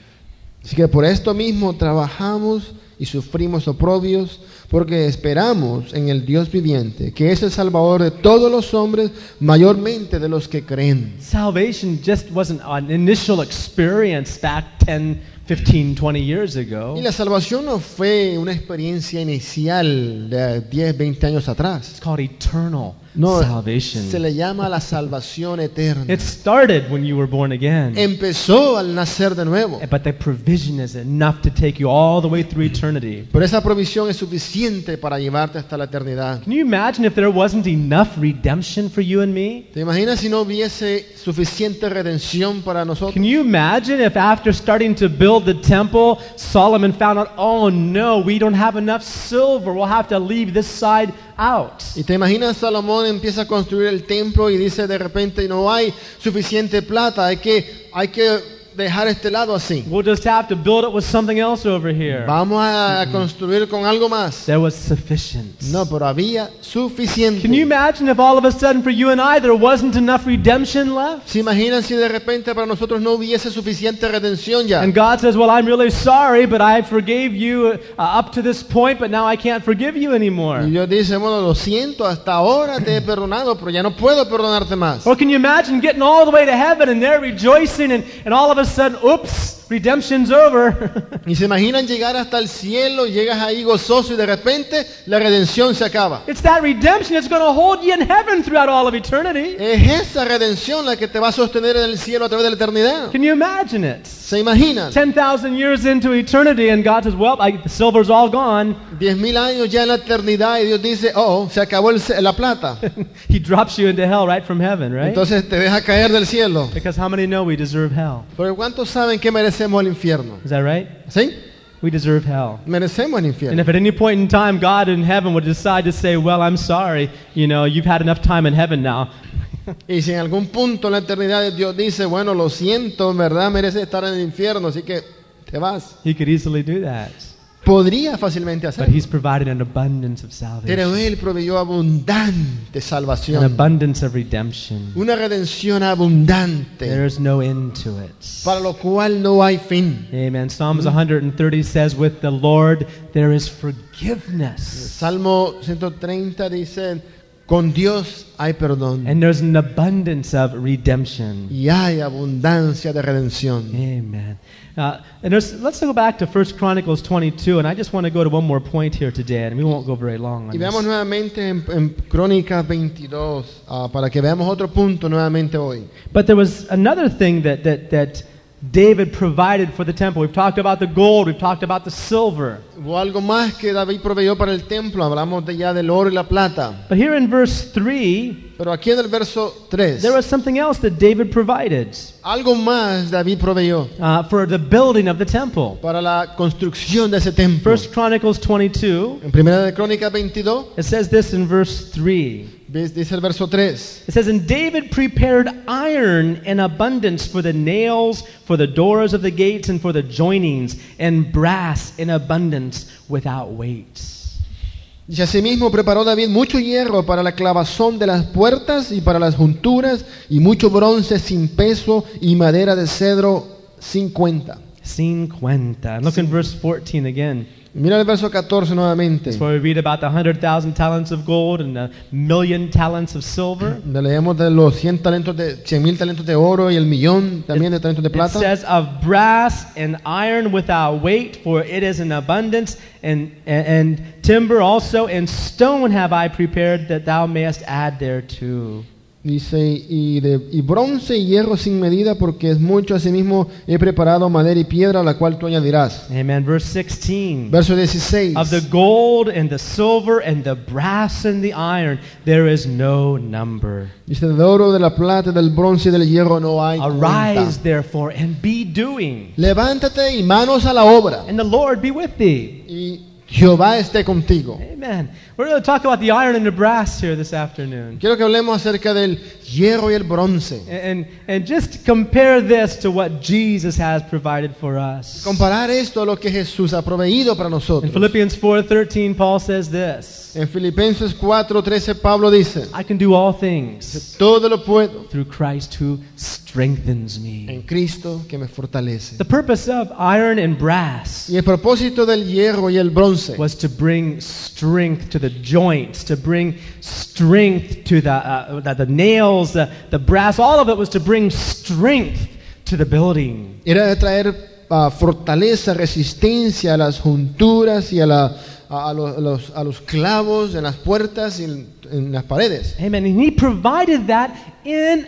Speaker 2: así que por esto mismo trabajamos y sufrimos oprobios, porque esperamos en el Dios viviente, que es el Salvador de todos los hombres, mayormente de los que creen.
Speaker 1: Salvation just wasn't an initial experience back 10, 15, 20 years
Speaker 2: Y
Speaker 1: ago.
Speaker 2: la salvación no fue una experiencia inicial de 10, 20 años atrás.
Speaker 1: It's called eternal
Speaker 2: No, se
Speaker 1: salvation.
Speaker 2: le llama la salvación eterna.
Speaker 1: It started when you were born again.
Speaker 2: Empezó al nacer de nuevo.
Speaker 1: But the provision is enough to take you all the way through eternity.
Speaker 2: Pero esa provisión es suficiente para llevarte hasta la eternidad.
Speaker 1: Can you imagine if there wasn't enough redemption for you and me?
Speaker 2: ¿Te imaginas si no hubiese suficiente redención para nosotros?
Speaker 1: Can you imagine if after starting to build the temple, Solomon found out, oh no, we don't have enough silver. We'll have to leave this side out.
Speaker 2: Y te imaginas Salomón empieza a construir el templo y dice de repente no hay suficiente plata, hay que, hay que dejar este lado así.
Speaker 1: We'll just have to build it with something else over here.
Speaker 2: Vamos a a construir con algo más.
Speaker 1: There was sufficient.
Speaker 2: No, pero había
Speaker 1: Can you
Speaker 2: suficiente.
Speaker 1: imagine if all of a sudden for you and I there wasn't enough redemption left?
Speaker 2: ¿Se imaginan si de repente para nosotros no hubiese suficiente redención ya?
Speaker 1: And God says, Well, I'm really sorry, but I forgave you uh, up to this point, but now I can't forgive you anymore.
Speaker 2: Y Dios dice, bueno, lo siento, hasta ahora te he perdonado, pero ya no puedo perdonarte más.
Speaker 1: Or can you imagine getting all the way to heaven and they're rejoicing and, and all of a sudden, oops, redemption's over.
Speaker 2: Y se imaginan llegar hasta el cielo, llegas ahí gozoso y de repente la redención se acaba.
Speaker 1: it's that redemption that's going to hold you in heaven throughout all of eternity.
Speaker 2: Es esa redención la que te va a sostener en el cielo a través de la eternidad.
Speaker 1: Can you imagine it?
Speaker 2: ¿Se imaginan?
Speaker 1: 10,000 years into eternity and God says, well, I, the silver's all gone.
Speaker 2: Diez mil años ya en la eternidad y Dios dice, oh, oh, se acabó el ce- la plata.
Speaker 1: he drops you into hell right from heaven, right?
Speaker 2: Entonces te deja caer del cielo.
Speaker 1: Because how many know we deserve hell?
Speaker 2: Pero ¿cuántos saben que merecemos el infierno?
Speaker 1: Is that right?
Speaker 2: ¿Sí?
Speaker 1: We deserve hell.
Speaker 2: Merecemos el
Speaker 1: And
Speaker 2: infierno.
Speaker 1: if at any point in time God in heaven would decide to say, well, I'm sorry, you know, you've had enough time in heaven now.
Speaker 2: Y si en algún punto en la eternidad Dios dice, bueno, lo siento, en verdad mereces estar en el infierno, así que te vas.
Speaker 1: he could easily do that.
Speaker 2: Podría fácilmente hacerlo.
Speaker 1: But he's provided an abundance of
Speaker 2: Pero
Speaker 1: salvation,
Speaker 2: Él proveyó abundante
Speaker 1: an
Speaker 2: salvación,
Speaker 1: abundance of redemption.
Speaker 2: una redención
Speaker 1: There
Speaker 2: abundante,
Speaker 1: is no end to it.
Speaker 2: para lo cual no hay fin.
Speaker 1: Amen.
Speaker 2: Mm-hmm.
Speaker 1: Psalms 130 says, With the Lord there is forgiveness,
Speaker 2: Salmo 130 dice, con Dios hay perdón
Speaker 1: and there's an abundance of redemption.
Speaker 2: y hay abundancia de redención.
Speaker 1: Amen. Uh, and there's, let's go back to 1 Chronicles 22, and I just want to go to one more point here today, and we won't go very long
Speaker 2: Y
Speaker 1: on
Speaker 2: veamos
Speaker 1: this.
Speaker 2: nuevamente en, en Crónicas 22, ah, para que veamos otro punto nuevamente hoy.
Speaker 1: But there was another thing that, that, that David provided for the temple. We've talked about the gold, we've talked about the silver.
Speaker 2: Hubo algo más que David proveyó para el templo, hablamos de ya del oro y la plata.
Speaker 1: But here in verse 3,
Speaker 2: Pero aquí en el verso 3,
Speaker 1: there was something else that David provided
Speaker 2: algo más David proveyó
Speaker 1: uh, for the building of the temple.
Speaker 2: para la construcción de ese templo.
Speaker 1: First Chronicles 22,
Speaker 2: En Primera de Crónicas 22,
Speaker 1: it says this in verse 3.
Speaker 2: ves- dice el verso 3,
Speaker 1: It says, And David prepared iron in abundance for the nails, for the doors of the gates, and for the joinings, and brass in abundance without weights.
Speaker 2: y asimismo preparó David mucho hierro para la clavazón de las puertas y para las junturas, y mucho bronce sin peso y madera de cedro sin cuenta.
Speaker 1: Cinquenta. And look in verse 14 again.
Speaker 2: Mira el verso 14 nuevamente.
Speaker 1: That's where we read about the 100,000 talents of gold and the million talents of silver.
Speaker 2: Donde leemos de los 100 talentos de 100 mil talentos de oro y el millón también de talentos de
Speaker 1: It
Speaker 2: plata.
Speaker 1: says, Of brass and iron without weight, for it is in abundance, and, and, and timber also, and stone have I prepared that thou mayest add thereto.
Speaker 2: Dice, y, de, y bronce y hierro sin medida, porque es mucho. Asimismo, he preparado madera y piedra, la cual tú añadirás.
Speaker 1: Amen. Verse 16.
Speaker 2: Verso 16.
Speaker 1: Of the gold and the silver and the brass and the iron, there is no number.
Speaker 2: Dice, del oro, de la plata, del bronce y del hierro no hay
Speaker 1: Arise,
Speaker 2: cuenta.
Speaker 1: therefore, and be doing,
Speaker 2: Levántate y manos a la obra,
Speaker 1: and the Lord be with thee.
Speaker 2: y Jehová esté contigo.
Speaker 1: Amen. We're going to talk about the iron and the brass here this afternoon.
Speaker 2: Quiero que hablemos acerca del hierro y el bronce.
Speaker 1: And, and just compare this to what Jesus has provided for us.
Speaker 2: Comparar esto a lo que Jesús ha proveído para
Speaker 1: In
Speaker 2: nosotros.
Speaker 1: Philippians 4:13, Paul says this,
Speaker 2: En Filipenses 4:13 Pablo dice,
Speaker 1: I can do all things
Speaker 2: todo lo puedo
Speaker 1: through Christ who strengthens me.
Speaker 2: en Cristo que me fortalece.
Speaker 1: The purpose of iron and brass
Speaker 2: Y el propósito del hierro y el bronce
Speaker 1: was to bring strength to the joints, to bring strength to the, uh, the, the nails, the, the brass, all of it was to bring strength to the building.
Speaker 2: era de traer ah, fortaleza, resistencia a las junturas y a, la- a- a los, a los- a los clavos en las puertas y en, en las paredes.
Speaker 1: Amen. And he provided that in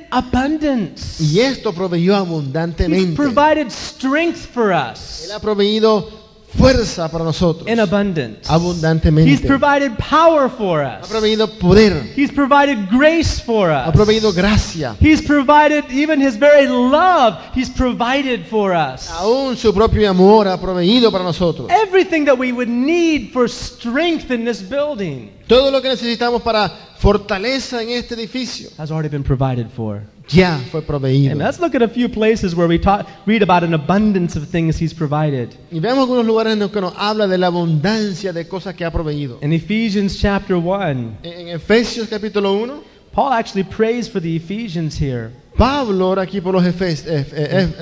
Speaker 1: abundance.
Speaker 2: Y esto proveyó
Speaker 1: He's
Speaker 2: abundantemente.
Speaker 1: provided strength for
Speaker 2: Él
Speaker 1: us
Speaker 2: ha proveído fuerza para nosotros.
Speaker 1: in abundance. He's
Speaker 2: Abundantemente.
Speaker 1: provided power for
Speaker 2: Ha
Speaker 1: us.
Speaker 2: proveído poder.
Speaker 1: He's provided grace for
Speaker 2: Ha
Speaker 1: us.
Speaker 2: proveído gracia.
Speaker 1: He's provided even his very love. He's provided for us.
Speaker 2: Aún su propio amor ha proveído para nosotros.
Speaker 1: Everything that we would need for strength in this building
Speaker 2: Todo lo que necesitamos para fortaleza en este edificio
Speaker 1: has already been provided for.
Speaker 2: ya fue proveído.
Speaker 1: Amen. Let's look at a few places where we talk, read about an abundance of things he's provided.
Speaker 2: Y veamos algunos lugares en los que nos habla de la abundancia de cosas que ha proveído.
Speaker 1: In Ephesians chapter 1,
Speaker 2: En en Efesios capítulo 1,
Speaker 1: Paul actually prays for the Ephesians here.
Speaker 2: Pablo ora aquí por los Efes- Ef- eh, Ef-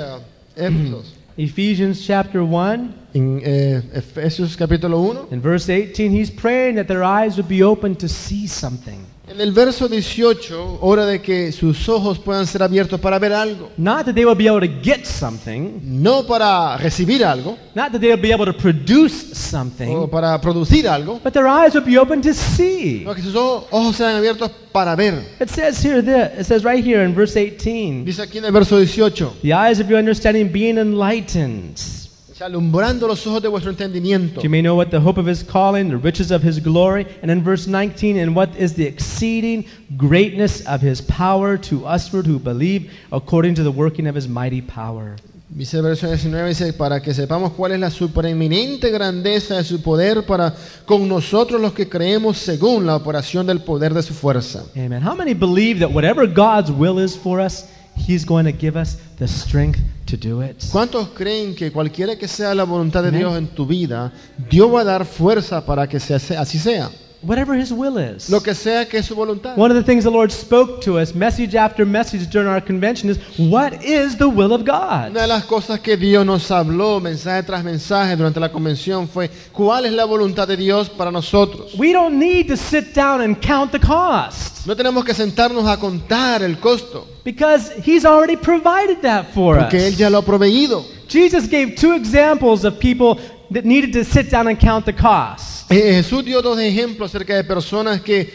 Speaker 2: eh, Éfesos.
Speaker 1: Ephesians chapter 1
Speaker 2: En eh, Efesios capítulo 1,
Speaker 1: in verse 18, he's praying that their eyes would be open to see something.
Speaker 2: en el verso 18, ora de que sus ojos puedan ser abiertos para ver algo.
Speaker 1: Not that they will be able to get something,
Speaker 2: No para recibir algo
Speaker 1: not that they'll be able to produce
Speaker 2: o
Speaker 1: something,
Speaker 2: para producir algo,
Speaker 1: but their eyes would be open to see.
Speaker 2: no que sus ojos, ojos sean abiertos para ver.
Speaker 1: It says here that it says right here in verse 18,
Speaker 2: Dice aquí en el verso 18,
Speaker 1: the eyes of your understanding being enlightened.
Speaker 2: O sea, alumbrando los ojos de vuestro
Speaker 1: that
Speaker 2: entendimiento,
Speaker 1: You may know what the hope of his calling, the riches of his glory, and in verse 19, and what is the exceeding greatness of his power to usward who believe, according to the working of his mighty power.
Speaker 2: Dice el verso 19, dice, para que sepamos cuál es la supereminente grandeza de su poder para con nosotros los que creemos según la operación del poder de su fuerza.
Speaker 1: Amen. How many believe that whatever God's will is for us, he's going to give us the strength to do it?
Speaker 2: ¿Cuántos creen que cualquiera que sea la voluntad de Dios en tu vida, Dios va a dar fuerza para que sea, sea- así sea?
Speaker 1: Whatever his will is.
Speaker 2: Lo que sea que es su voluntad.
Speaker 1: One of the things the Lord spoke to us, message after message during our convention, is what is the will of God?
Speaker 2: Una de las cosas que Dios nos habló mensaje tras mensaje durante la convención fue cuál es la voluntad de Dios para nosotros.
Speaker 1: We don't need to sit down and count the cost
Speaker 2: No tenemos que sentarnos a contar el costo,
Speaker 1: because He's already provided that for
Speaker 2: porque Él
Speaker 1: us.
Speaker 2: ya lo ha proveído.
Speaker 1: Jesus gave two examples of people that needed to sit down and count the cost.
Speaker 2: Eh, Jesús dio dos ejemplos acerca de personas que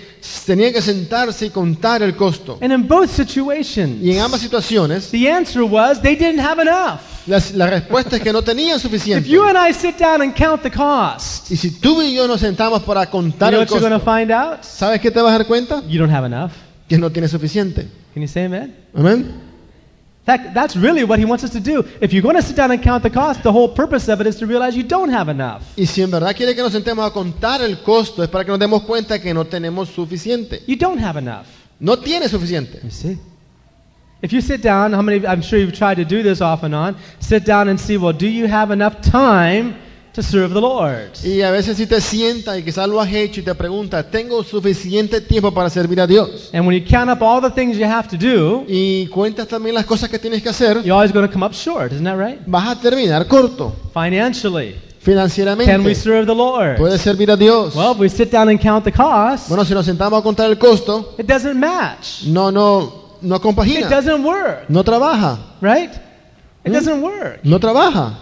Speaker 2: tenían que sentarse y contar el costo.
Speaker 1: And in both
Speaker 2: Y en
Speaker 1: situations,
Speaker 2: ambas situaciones,
Speaker 1: the answer was they didn't have enough.
Speaker 2: Las- la respuesta es que no tenían
Speaker 1: If
Speaker 2: suficiente.
Speaker 1: you and I sit down and count the cost,
Speaker 2: Y si tú y yo nos sentamos para
Speaker 1: you
Speaker 2: contar
Speaker 1: know
Speaker 2: el
Speaker 1: what you're going to
Speaker 2: costo,
Speaker 1: find out?
Speaker 2: ¿sabes qué te vas a dar cuenta?
Speaker 1: You don't have enough.
Speaker 2: Que no tienes suficiente.
Speaker 1: Can you say amen?
Speaker 2: Amén.
Speaker 1: That, that's really what he wants us to do. If you're going to sit down and count the cost, the whole purpose of it is to realize you don't have enough.
Speaker 2: Y si en verdad quiere que nos sentemos a contar el costo, es para que nos demos cuenta que no tenemos suficiente.
Speaker 1: You don't have enough.
Speaker 2: No tienes suficiente.
Speaker 1: You see? If you sit down, how many, I'm sure you've tried to do this off and on, sit down and see, well, do you have enough time to serve the Lord?
Speaker 2: Y a veces si te sientas y quizás lo has hecho y te preguntas, ¿tengo suficiente tiempo para servir a Dios?
Speaker 1: And when you count up all the things you have to do,
Speaker 2: Y cuentas también las cosas que tienes que hacer,
Speaker 1: you're always going to come up short, isn't that right?
Speaker 2: vas a terminar corto
Speaker 1: Financially, can we
Speaker 2: financieramente.
Speaker 1: serve the Lord?
Speaker 2: Puedes servir a Dios.
Speaker 1: Well, if we sit down and count the cost,
Speaker 2: Bueno, si nos sentamos a contar el costo,
Speaker 1: it doesn't match.
Speaker 2: no, no, no
Speaker 1: It
Speaker 2: compagina.
Speaker 1: doesn't work,
Speaker 2: No trabaja,
Speaker 1: right? It
Speaker 2: Hmm?
Speaker 1: doesn't work
Speaker 2: no trabaja,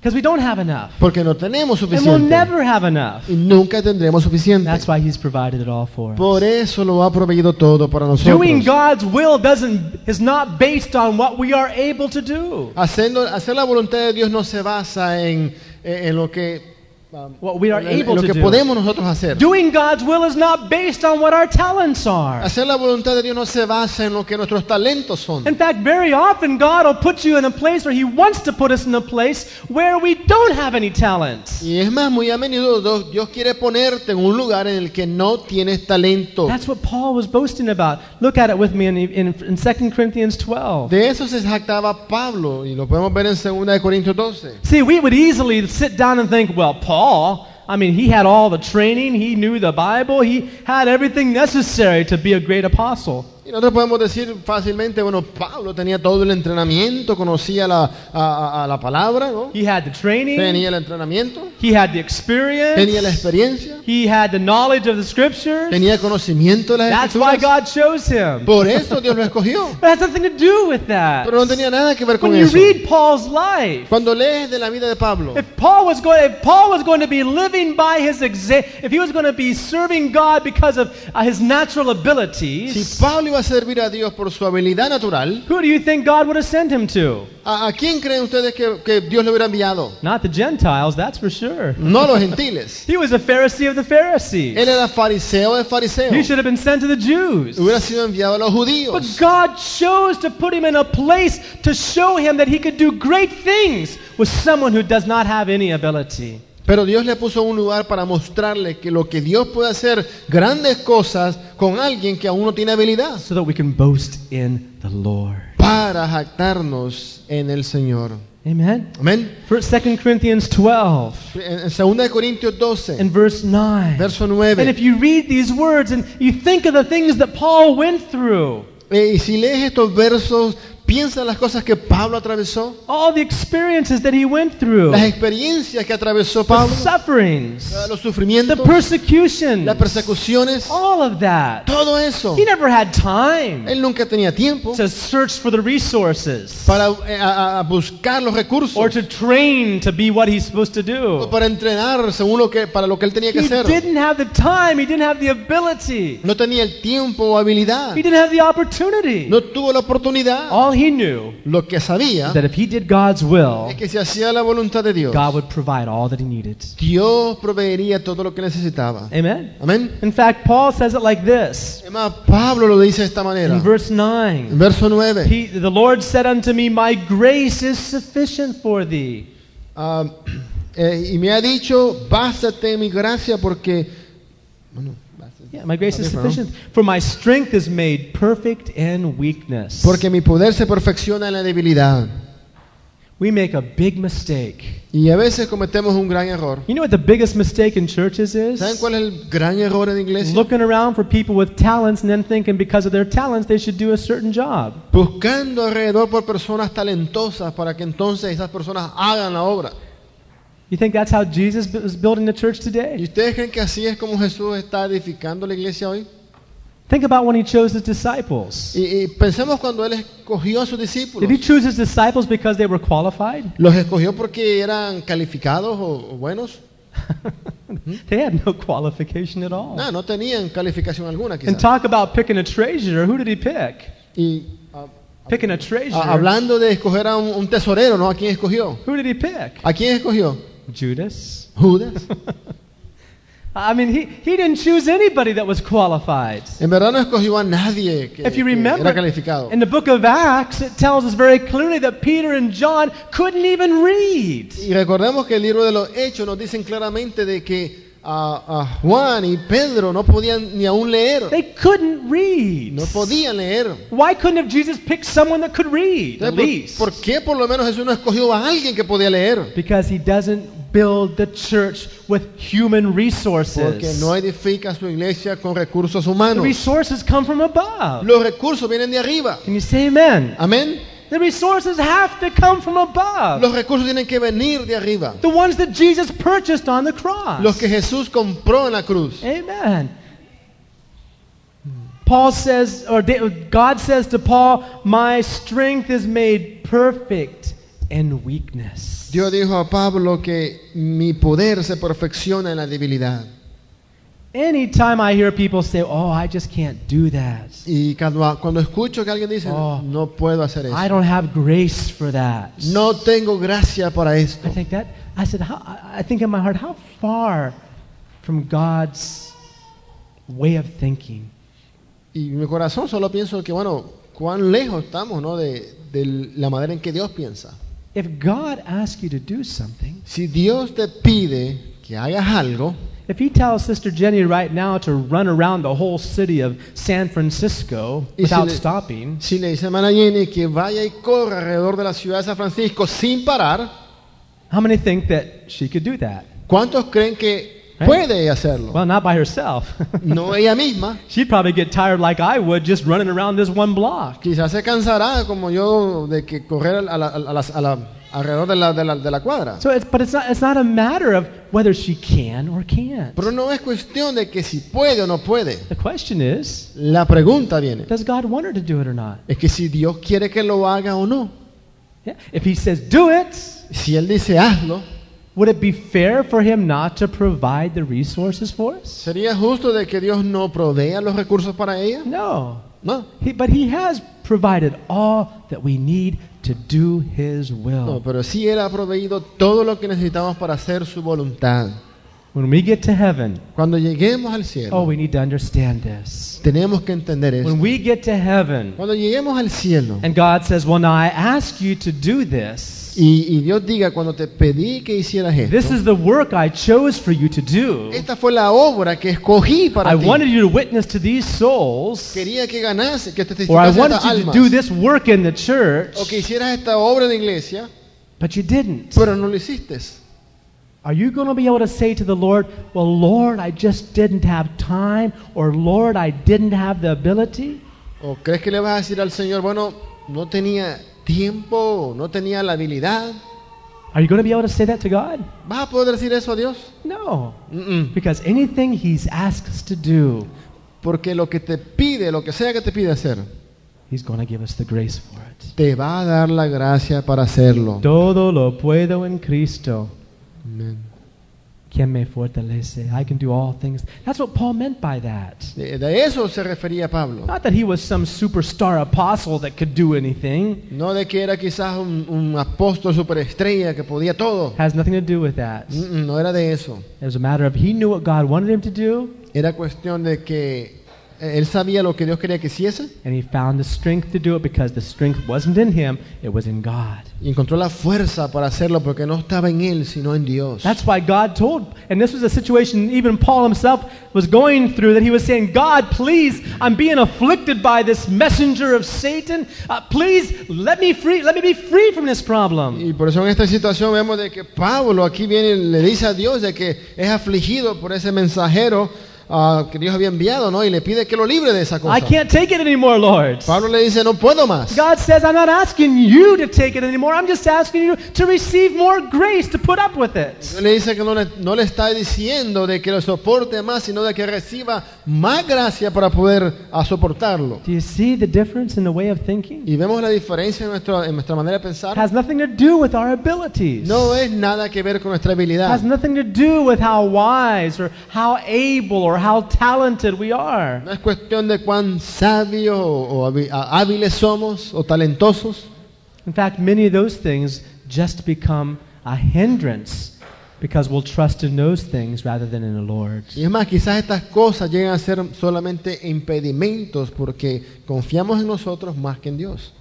Speaker 1: because we don't have enough.
Speaker 2: porque no tenemos
Speaker 1: And we'll
Speaker 2: suficiente.
Speaker 1: never have enough.
Speaker 2: Y nunca tendremos suficiente.
Speaker 1: That's why He's provided it all for us.
Speaker 2: Por eso lo ha proveído todo para
Speaker 1: Doing
Speaker 2: nosotros.
Speaker 1: God's will doesn't is not based on what we are able to do,
Speaker 2: Haciendo, hacer la voluntad de Dios no se basa en, eh, en lo que um,
Speaker 1: what we are
Speaker 2: en- en
Speaker 1: able
Speaker 2: lo
Speaker 1: to
Speaker 2: que
Speaker 1: do.
Speaker 2: podemos nosotros hacer.
Speaker 1: Doing God's will is not based on what our talents are.
Speaker 2: Hacer la voluntad de Dios no se basa en lo que nuestros talentos son.
Speaker 1: In fact, very often God will put you in a place where He wants to put us in a place where we don't have any talents.
Speaker 2: Y es más, muy a menudo Dios- Dios quiere ponerte en un lugar en el que no tienes talento.
Speaker 1: That's what Paul was boasting about. Look at it with me in, in, in 2 Corinthians 12.
Speaker 2: De eso se jactaba Pablo y lo podemos ver en 2 de Corintios 12.
Speaker 1: See, we would easily sit down and think, well, Paul, I mean, he had all the training, he knew the Bible, he had everything necessary to be a great apostle.
Speaker 2: Y nosotros podemos decir fácilmente, bueno, Pablo tenía todo el entrenamiento, conocía la, a, a- a la palabra, ¿no?
Speaker 1: He had the training,
Speaker 2: Tenía el entrenamiento,
Speaker 1: he had the
Speaker 2: tenía
Speaker 1: experience,
Speaker 2: la experiencia,
Speaker 1: he had the knowledge of the scriptures.
Speaker 2: tenía conocimiento de las
Speaker 1: That's why
Speaker 2: escrituras.
Speaker 1: God chose him.
Speaker 2: Por eso Dios lo escogió.
Speaker 1: But it has nothing to do with that.
Speaker 2: Pero no tenía nada que ver con
Speaker 1: When you
Speaker 2: eso.
Speaker 1: read Paul's life,
Speaker 2: Cuando lees de la vida de Pablo,
Speaker 1: if Paul was going, if Paul was going to be living by his exa- if he was going to be serving God because of uh, his natural
Speaker 2: si
Speaker 1: abilities,
Speaker 2: Pablo iba a servir a Dios por su habilidad natural,
Speaker 1: who do you think God would have sent him to?
Speaker 2: ¿a, a quién creen ustedes que, que Dios le hubiera enviado?
Speaker 1: Not the Gentiles, that's for sure.
Speaker 2: No a los gentiles.
Speaker 1: He was a Pharisee of the Pharisees.
Speaker 2: Él era fariseo de fariseo.
Speaker 1: He should have been sent to the Jews.
Speaker 2: Hubiera sido enviado a los
Speaker 1: But
Speaker 2: judíos.
Speaker 1: God chose to put him in a place to show him that he could do great things with someone who does not have any ability.
Speaker 2: Pero Dios le puso un lugar para mostrarle que lo que Dios puede hacer grandes cosas con alguien que aún no tiene habilidad.
Speaker 1: so that we can boast in the Lord.
Speaker 2: Para jactarnos en el Señor.
Speaker 1: Amen.
Speaker 2: Amén.
Speaker 1: First, 2 Corinthians 12
Speaker 2: En en 2 de Corintios 12,
Speaker 1: and verse 9.
Speaker 2: verso
Speaker 1: and
Speaker 2: 9.
Speaker 1: if you read these words and you think of the things that Paul went through,
Speaker 2: Eh, y si lees estos versos, piensa en las cosas que Pablo atravesó,
Speaker 1: all the experiences that he went through,
Speaker 2: las experiencias que atravesó
Speaker 1: the
Speaker 2: Pablo,
Speaker 1: sufferings,
Speaker 2: eh, los
Speaker 1: the Oh.
Speaker 2: sufrimientos,
Speaker 1: persecutions,
Speaker 2: las persecuciones,
Speaker 1: all of that.
Speaker 2: todo eso.
Speaker 1: He never had time
Speaker 2: Él nunca tenía tiempo
Speaker 1: to search for the resources
Speaker 2: para eh, a- a- a buscar los recursos
Speaker 1: or to train to be what he's supposed to do.
Speaker 2: o para entrenar según lo que para lo que él tenía que
Speaker 1: He
Speaker 2: hacer.
Speaker 1: didn't have the time, he didn't have the ability.
Speaker 2: No tenía el tiempo o habilidad,
Speaker 1: He didn't Oh. have the opportunity.
Speaker 2: no tuvo la oportunidad.
Speaker 1: All he knew
Speaker 2: Lo que sabía
Speaker 1: is that if he did God's will,
Speaker 2: es que si hacía la voluntad de Dios,
Speaker 1: God would provide all that he needed.
Speaker 2: Dios proveería todo lo que necesitaba.
Speaker 1: Amen.
Speaker 2: Amén.
Speaker 1: In fact, Paul says it like this
Speaker 2: Es más, Pablo lo dice de esta manera.
Speaker 1: in verse
Speaker 2: En
Speaker 1: 9.
Speaker 2: verso 9.
Speaker 1: He, the Lord said unto me, My grace is sufficient for thee.
Speaker 2: Ah, eh, y me ha dicho, bástate mi gracia porque... Bueno, bástate.
Speaker 1: Yeah, my grace is
Speaker 2: That'd be
Speaker 1: sufficient. For my strength is made perfect in weakness.
Speaker 2: Porque mi poder se perfecciona en la debilidad.
Speaker 1: We make a big mistake.
Speaker 2: Y a veces cometemos un gran error.
Speaker 1: You know what the biggest mistake in churches is?
Speaker 2: ¿Saben cuál es el gran error en iglesia?
Speaker 1: Looking around for people with talents and then thinking because of their talents they should do a certain job.
Speaker 2: Buscando alrededor por personas talentosas para que entonces esas personas hagan la obra.
Speaker 1: You think that's how Jesus bu- is building the church
Speaker 2: ¿Y
Speaker 1: today?
Speaker 2: ustedes creen que así es como Jesús está edificando la iglesia hoy?
Speaker 1: Think about when he chose his disciples.
Speaker 2: Y, y pensemos cuando Él escogió a sus discípulos.
Speaker 1: Did he choose his disciples because they were qualified?
Speaker 2: ¿Los escogió porque eran calificados o- o buenos?
Speaker 1: they had no qualification at all.
Speaker 2: Ah, No, no tenían calificación alguna quizás.
Speaker 1: And talk about picking a treasure. Who did he pick?
Speaker 2: Y ah,
Speaker 1: Picking a treasure.
Speaker 2: Ah, hablando de escoger a un, un tesorero, ¿no? ¿A quién escogió?
Speaker 1: Who did he pick?
Speaker 2: ¿A quién escogió?
Speaker 1: Judas.
Speaker 2: Judas.
Speaker 1: I mean, he, he didn't choose anybody that was qualified.
Speaker 2: En verdad no escogió a nadie que,
Speaker 1: If you
Speaker 2: que
Speaker 1: remember,
Speaker 2: era calificado.
Speaker 1: in the book of Acts, it tells us very clearly that Peter and John couldn't even read.
Speaker 2: Y recordemos que el libro de los Hechos nos dicen claramente de que ah, ah, Juan y Pedro no podían ni aún leer.
Speaker 1: They couldn't read.
Speaker 2: No podían leer.
Speaker 1: Why couldn't have Jesus picked someone that could read? At
Speaker 2: Entonces,
Speaker 1: least.
Speaker 2: ¿por, por qué por lo menos Jesús no escogió a alguien que podía leer?
Speaker 1: Because he doesn't build the church with human
Speaker 2: Porque
Speaker 1: resources.
Speaker 2: no edifica su iglesia con recursos
Speaker 1: The
Speaker 2: humanos.
Speaker 1: resources come from above.
Speaker 2: Los recursos vienen de arriba.
Speaker 1: Can you say amen?
Speaker 2: Amén.
Speaker 1: The resources have to come from above.
Speaker 2: Los recursos tienen que venir de arriba.
Speaker 1: The ones that Jesus purchased on the
Speaker 2: Los
Speaker 1: cross.
Speaker 2: que Jesús compró en la cruz.
Speaker 1: Amen. Paul says, or da- God says to Paul, My strength is made perfect in weakness.
Speaker 2: Dios dijo a Pablo que mi poder se perfecciona en la debilidad.
Speaker 1: Anytime I hear people say, Oh, I just can't do that.
Speaker 2: Y cuando, cuando escucho que alguien dice,
Speaker 1: Oh.
Speaker 2: no puedo hacer eso.
Speaker 1: I don't have grace for that.
Speaker 2: No tengo gracia para esto.
Speaker 1: I think that I said how, I- I think in my heart how far from God's way of thinking.
Speaker 2: Y mi corazón solo pienso que, bueno, cuán lejos estamos ¿no? de, de la manera en que Dios piensa.
Speaker 1: If God asks you to do something,
Speaker 2: Si Dios te pide que hagas algo,
Speaker 1: if he tells Sister Jenny right now to run around the whole city of San Francisco
Speaker 2: Y si
Speaker 1: without
Speaker 2: le-
Speaker 1: stopping,
Speaker 2: si le dice a Mana Jenny que vaya y corra alrededor de la ciudad de San Francisco sin parar,
Speaker 1: how many think that she could do that?
Speaker 2: ¿cuántos creen que
Speaker 1: ¿Eh?
Speaker 2: puede ella hacerlo?
Speaker 1: Well, not by herself.
Speaker 2: No ella misma.
Speaker 1: She'd probably get tired like I would just running around this one block.
Speaker 2: Quizás se cansará como yo de que correr a la- a la- a la- a la- alrededor de la, de la- de la cuadra.
Speaker 1: So it's but it's not it's not a matter of whether she can or can't.
Speaker 2: Pero no es cuestión de que si puede o no puede.
Speaker 1: The question is,
Speaker 2: La pregunta viene.
Speaker 1: Does God want her to do it or not?
Speaker 2: Es que si Dios quiere que lo haga o no.
Speaker 1: Yeah. If he says do it,
Speaker 2: Si Él dice hazlo,
Speaker 1: would it be fair for him not to provide the resources for us?
Speaker 2: ¿sería justo de que Dios no provea los recursos para ella?
Speaker 1: No.
Speaker 2: No.
Speaker 1: He, but he has provided all that we need to do his
Speaker 2: No,
Speaker 1: will.
Speaker 2: pero sí Él ha proveído todo lo que necesitamos para hacer su voluntad.
Speaker 1: When we get to heaven,
Speaker 2: Cuando lleguemos al cielo,
Speaker 1: oh, we need to understand this.
Speaker 2: tenemos que entender eso.
Speaker 1: When we get to heaven
Speaker 2: Cuando lleguemos al cielo
Speaker 1: and God says, Well, now I ask you to do this,
Speaker 2: y, y Dios diga, cuando te pedí que hicieras
Speaker 1: this
Speaker 2: esto,
Speaker 1: is the work I chose for you to do.
Speaker 2: esta fue la obra que escogí
Speaker 1: I
Speaker 2: para
Speaker 1: wanted
Speaker 2: ti.
Speaker 1: you to witness to these souls,
Speaker 2: Quería que ganase, que te
Speaker 1: or I
Speaker 2: testificase
Speaker 1: wanted
Speaker 2: estas
Speaker 1: you to do
Speaker 2: almas.
Speaker 1: this work in the church.
Speaker 2: O que hicieras esta obra en la iglesia,
Speaker 1: But you didn't.
Speaker 2: pero no lo hiciste.
Speaker 1: Are you going to be able to say to the Lord, Well, Lord, I just didn't have time, or Lord, I didn't have the ability?
Speaker 2: ¿O crees que le vas a decir al Señor, bueno, no tenía tiempo, no tenía la habilidad?
Speaker 1: Are you going to be able to say that to God?
Speaker 2: ¿Vas a poder decir eso a Dios?
Speaker 1: No.
Speaker 2: Mm-mm.
Speaker 1: Because anything He's asked us to do,
Speaker 2: Porque lo que te pide, lo que sea que te pide hacer,
Speaker 1: He's going to give us the grace for it.
Speaker 2: te va a dar la gracia para hacerlo.
Speaker 1: Todo lo puedo en Cristo,
Speaker 2: Amén.
Speaker 1: quien me fortalece. I can do all things. That's what Paul meant by that.
Speaker 2: De, de eso se refería Pablo.
Speaker 1: Not that he was some superstar apostle that could do anything.
Speaker 2: No de que era quizás un, un apóstol superestrella que podía todo.
Speaker 1: Has nothing to do with that.
Speaker 2: Mm-mm, no era de eso.
Speaker 1: It was a matter of he knew what God wanted him to do,
Speaker 2: Era cuestión de que eh, él sabía lo que Dios quería que hiciese
Speaker 1: And he found the strength to do it because the strength wasn't in him, it was in God.
Speaker 2: y encontró la fuerza para hacerlo porque no estaba en él, sino en Dios.
Speaker 1: That's why God told, and this was a situation even Paul himself was going through, that he was saying, God, please, I'm being afflicted by this messenger of Satan. Uh, please, let me free, let me be free from this problem.
Speaker 2: Y por eso en esta situación vemos de que Pablo aquí viene y le dice a Dios de que es afligido por ese mensajero ah, que Dios había enviado, ¿no? Y le pide que lo libre de esa cosa.
Speaker 1: I can't take it anymore, Lord.
Speaker 2: Pablo le dice, no puedo más.
Speaker 1: God says, I'm not asking you to take it anymore. I'm just asking you to receive more grace to put up with it.
Speaker 2: Le dice que no le, no le está diciendo de que lo soporte más, sino de que reciba más gracia para poder ah, soportarlo.
Speaker 1: Do you see the difference in the way of thinking?
Speaker 2: Y vemos la diferencia en, nuestro- en nuestra manera de
Speaker 1: It
Speaker 2: pensar.
Speaker 1: has nothing to do with our abilities.
Speaker 2: No es nada que ver con nuestra habilidad.
Speaker 1: has nothing to do with how wise or how able or how talented we are.
Speaker 2: No es cuestión de cuán sabios o, o habi- a- hábiles somos o talentosos.
Speaker 1: In fact, many of those things just become a hindrance because we'll trust in those things rather than in the Lord.
Speaker 2: Y es más, quizás estas cosas llegan a ser solamente impedimentos porque confiamos en nosotros más que en Dios.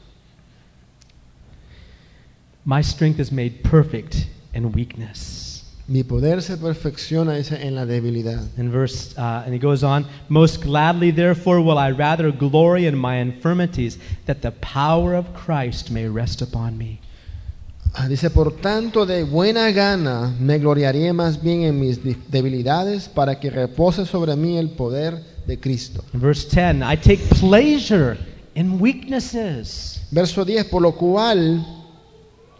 Speaker 1: My strength is made perfect in weakness.
Speaker 2: Mi poder se perfecciona dice, en la debilidad.
Speaker 1: In verse, uh, and he goes on, Most gladly, therefore, will I rather glory in my infirmities, that the power of Christ may rest upon me.
Speaker 2: Ah, Dice, por tanto, de buena gana me gloriaré más bien en mis di- debilidades para que repose sobre mí el poder de Cristo.
Speaker 1: In verse 10, I take pleasure in weaknesses.
Speaker 2: Verso 10, por lo cual,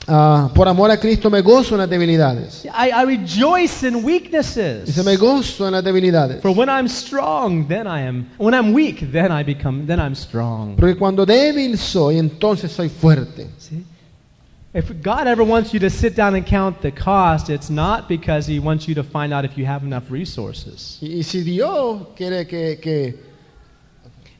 Speaker 2: ah, por amor a Cristo me gozo en las debilidades.
Speaker 1: I, I rejoice in weaknesses.
Speaker 2: Dice, me gozo en las debilidades.
Speaker 1: For when I'm strong, then I am. When I'm weak, then I become. Then I'm strong.
Speaker 2: Porque cuando débil soy, entonces soy fuerte.
Speaker 1: See? If God ever wants you to sit down and count the cost, it's not because He wants you to find out if you have enough resources.
Speaker 2: Y, y si Dios quiere que, que-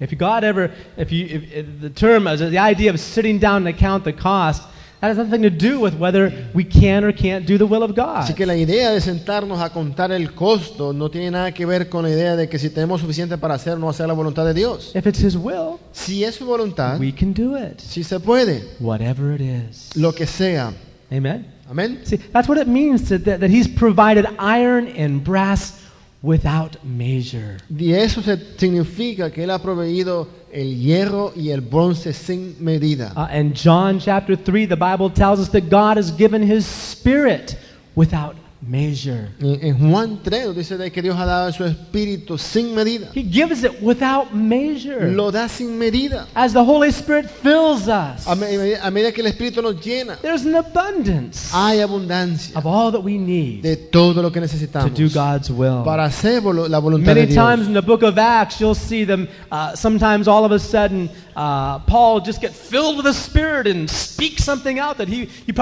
Speaker 1: If God ever, if you, if, if the term, is- the idea of sitting down and count the cost, that has nothing to do with whether we can or can't do the will of God.
Speaker 2: así que la idea de sentarnos a contar el costo no tiene nada que ver con la idea de que si tenemos suficiente para hacer, no hacer la voluntad de Dios.
Speaker 1: If it's His will,
Speaker 2: Si es su voluntad,
Speaker 1: we can do it,
Speaker 2: si se puede,
Speaker 1: whatever it is.
Speaker 2: lo que sea.
Speaker 1: Amen.
Speaker 2: Amén.
Speaker 1: See, that's what it means to, that, that he's provided iron and brass without measure.
Speaker 2: Y eso se- significa que Él ha proveído el hierro y el bronce sin medida.
Speaker 1: Uh, and John chapter 3, the Bible tells us that God has given his spirit without measure.
Speaker 2: En en Juan 3 nos dice de que Dios ha dado su espíritu sin medida.
Speaker 1: He gives it without measure.
Speaker 2: Lo da sin medida.
Speaker 1: As the Holy Spirit fills us,
Speaker 2: A, me- a medida que el espíritu nos llena,
Speaker 1: there's an abundance
Speaker 2: hay abundancia
Speaker 1: of all that we need
Speaker 2: de todo lo que
Speaker 1: to
Speaker 2: necesitamos
Speaker 1: do God's will.
Speaker 2: para hacer volo- la voluntad de
Speaker 1: Many times
Speaker 2: Dios.
Speaker 1: in the book of Acts, you'll see them. Uh, sometimes all of a sudden, uh, Paul just get filled with the Spirit and speak something out that he, he probably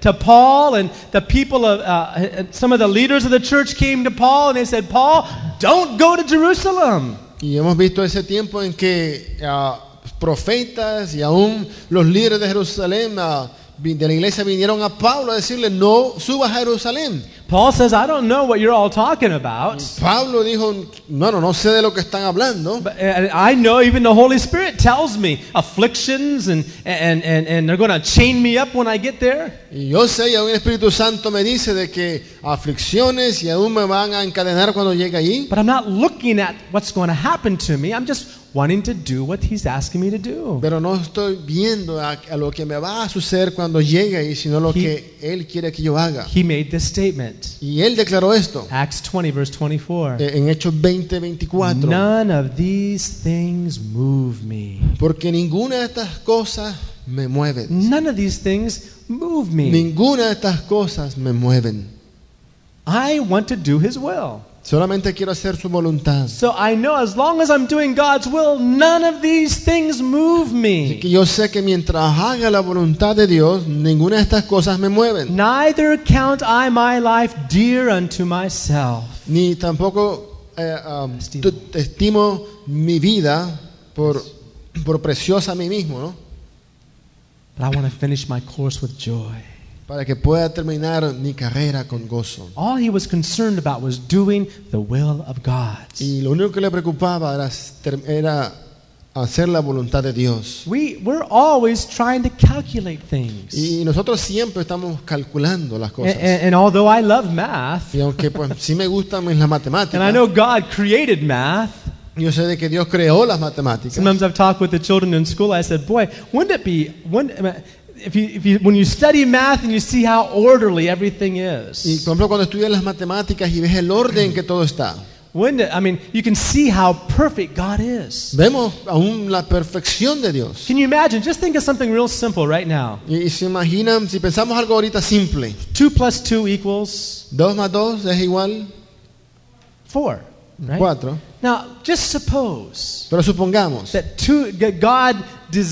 Speaker 1: to Paul and the people of uh, and some of the leaders of the church came to Paul and they said, "Paul, don't go to Jerusalem."
Speaker 2: Y hemos visto ese tiempo en que ah, profetas y aún los líderes de Jerusalén, ah, vi- de la iglesia, vinieron a Pablo a decirle, no subas a Jerusalén.
Speaker 1: Paul says, "I don't know what you're all talking about."
Speaker 2: Pablo dijo, no, no, no sé de lo que están hablando.
Speaker 1: But and I know even the Holy Spirit tells me afflictions and, and, and, and they're going to chain me up when I get there.
Speaker 2: Y yo sé, y aún el Espíritu Santo me dice de que aflicciones y aún me van a encadenar cuando llegue allí.
Speaker 1: But I'm not looking at what's going to happen to me. I'm just wanting to do what he's asking me to do.
Speaker 2: Pero no estoy viendo a, a lo que me va a suceder cuando llegue ahí, sino lo
Speaker 1: He-
Speaker 2: que Él quiere que yo haga.
Speaker 1: He made this statement.
Speaker 2: Y Él declaró esto
Speaker 1: Acts 20, verse 24.
Speaker 2: eh, en Hechos 20, 24.
Speaker 1: None of these things move me.
Speaker 2: Porque ninguna de estas cosas me mueven.
Speaker 1: None of these things move me.
Speaker 2: Ninguna de estas cosas me mueven.
Speaker 1: I want to do his will.
Speaker 2: Solamente quiero hacer su voluntad.
Speaker 1: So I know as long as I'm doing God's will, none of these things move
Speaker 2: Así que
Speaker 1: me.
Speaker 2: yo sé que mientras haga la voluntad de Dios, ninguna de estas cosas me mueven.
Speaker 1: Neither count I my life dear unto myself.
Speaker 2: Ni tampoco eh, um,
Speaker 1: Estimo.
Speaker 2: tu- estimo mi vida por, por preciosa a mí mismo, ¿no?
Speaker 1: But I want to finish my course with joy.
Speaker 2: Para que pueda terminar mi carrera con gozo.
Speaker 1: All he was concerned about was doing the will of God.
Speaker 2: Y lo único que le preocupaba era, ter- era hacer la voluntad de Dios.
Speaker 1: We, we're always trying to calculate things.
Speaker 2: Y nosotros siempre estamos calculando las
Speaker 1: And,
Speaker 2: cosas.
Speaker 1: and, and although I love math,
Speaker 2: Y aunque pues sí me gustan las matemáticas,
Speaker 1: and I know God created math,
Speaker 2: yo sé de que Dios creó las matemáticas.
Speaker 1: sometimes I've talked with the children in school. I said, Boy, wouldn't it be, wouldn't, if you, if you, when you study math and you see how orderly everything
Speaker 2: Y
Speaker 1: is,
Speaker 2: por ejemplo, cuando estudias las matemáticas y ves el orden que todo está,
Speaker 1: wouldn't it, I mean, you can see how perfect God is.
Speaker 2: vemos aún la perfección de Dios.
Speaker 1: Can you imagine? Just think of something real simple right now.
Speaker 2: Y, y se imaginan, si pensamos algo ahorita simple,
Speaker 1: 2 plus 2 equals
Speaker 2: 2 más 2 es igual
Speaker 1: 4. right?
Speaker 2: 4.
Speaker 1: Now, just suppose
Speaker 2: Pero supongamos
Speaker 1: that two, that God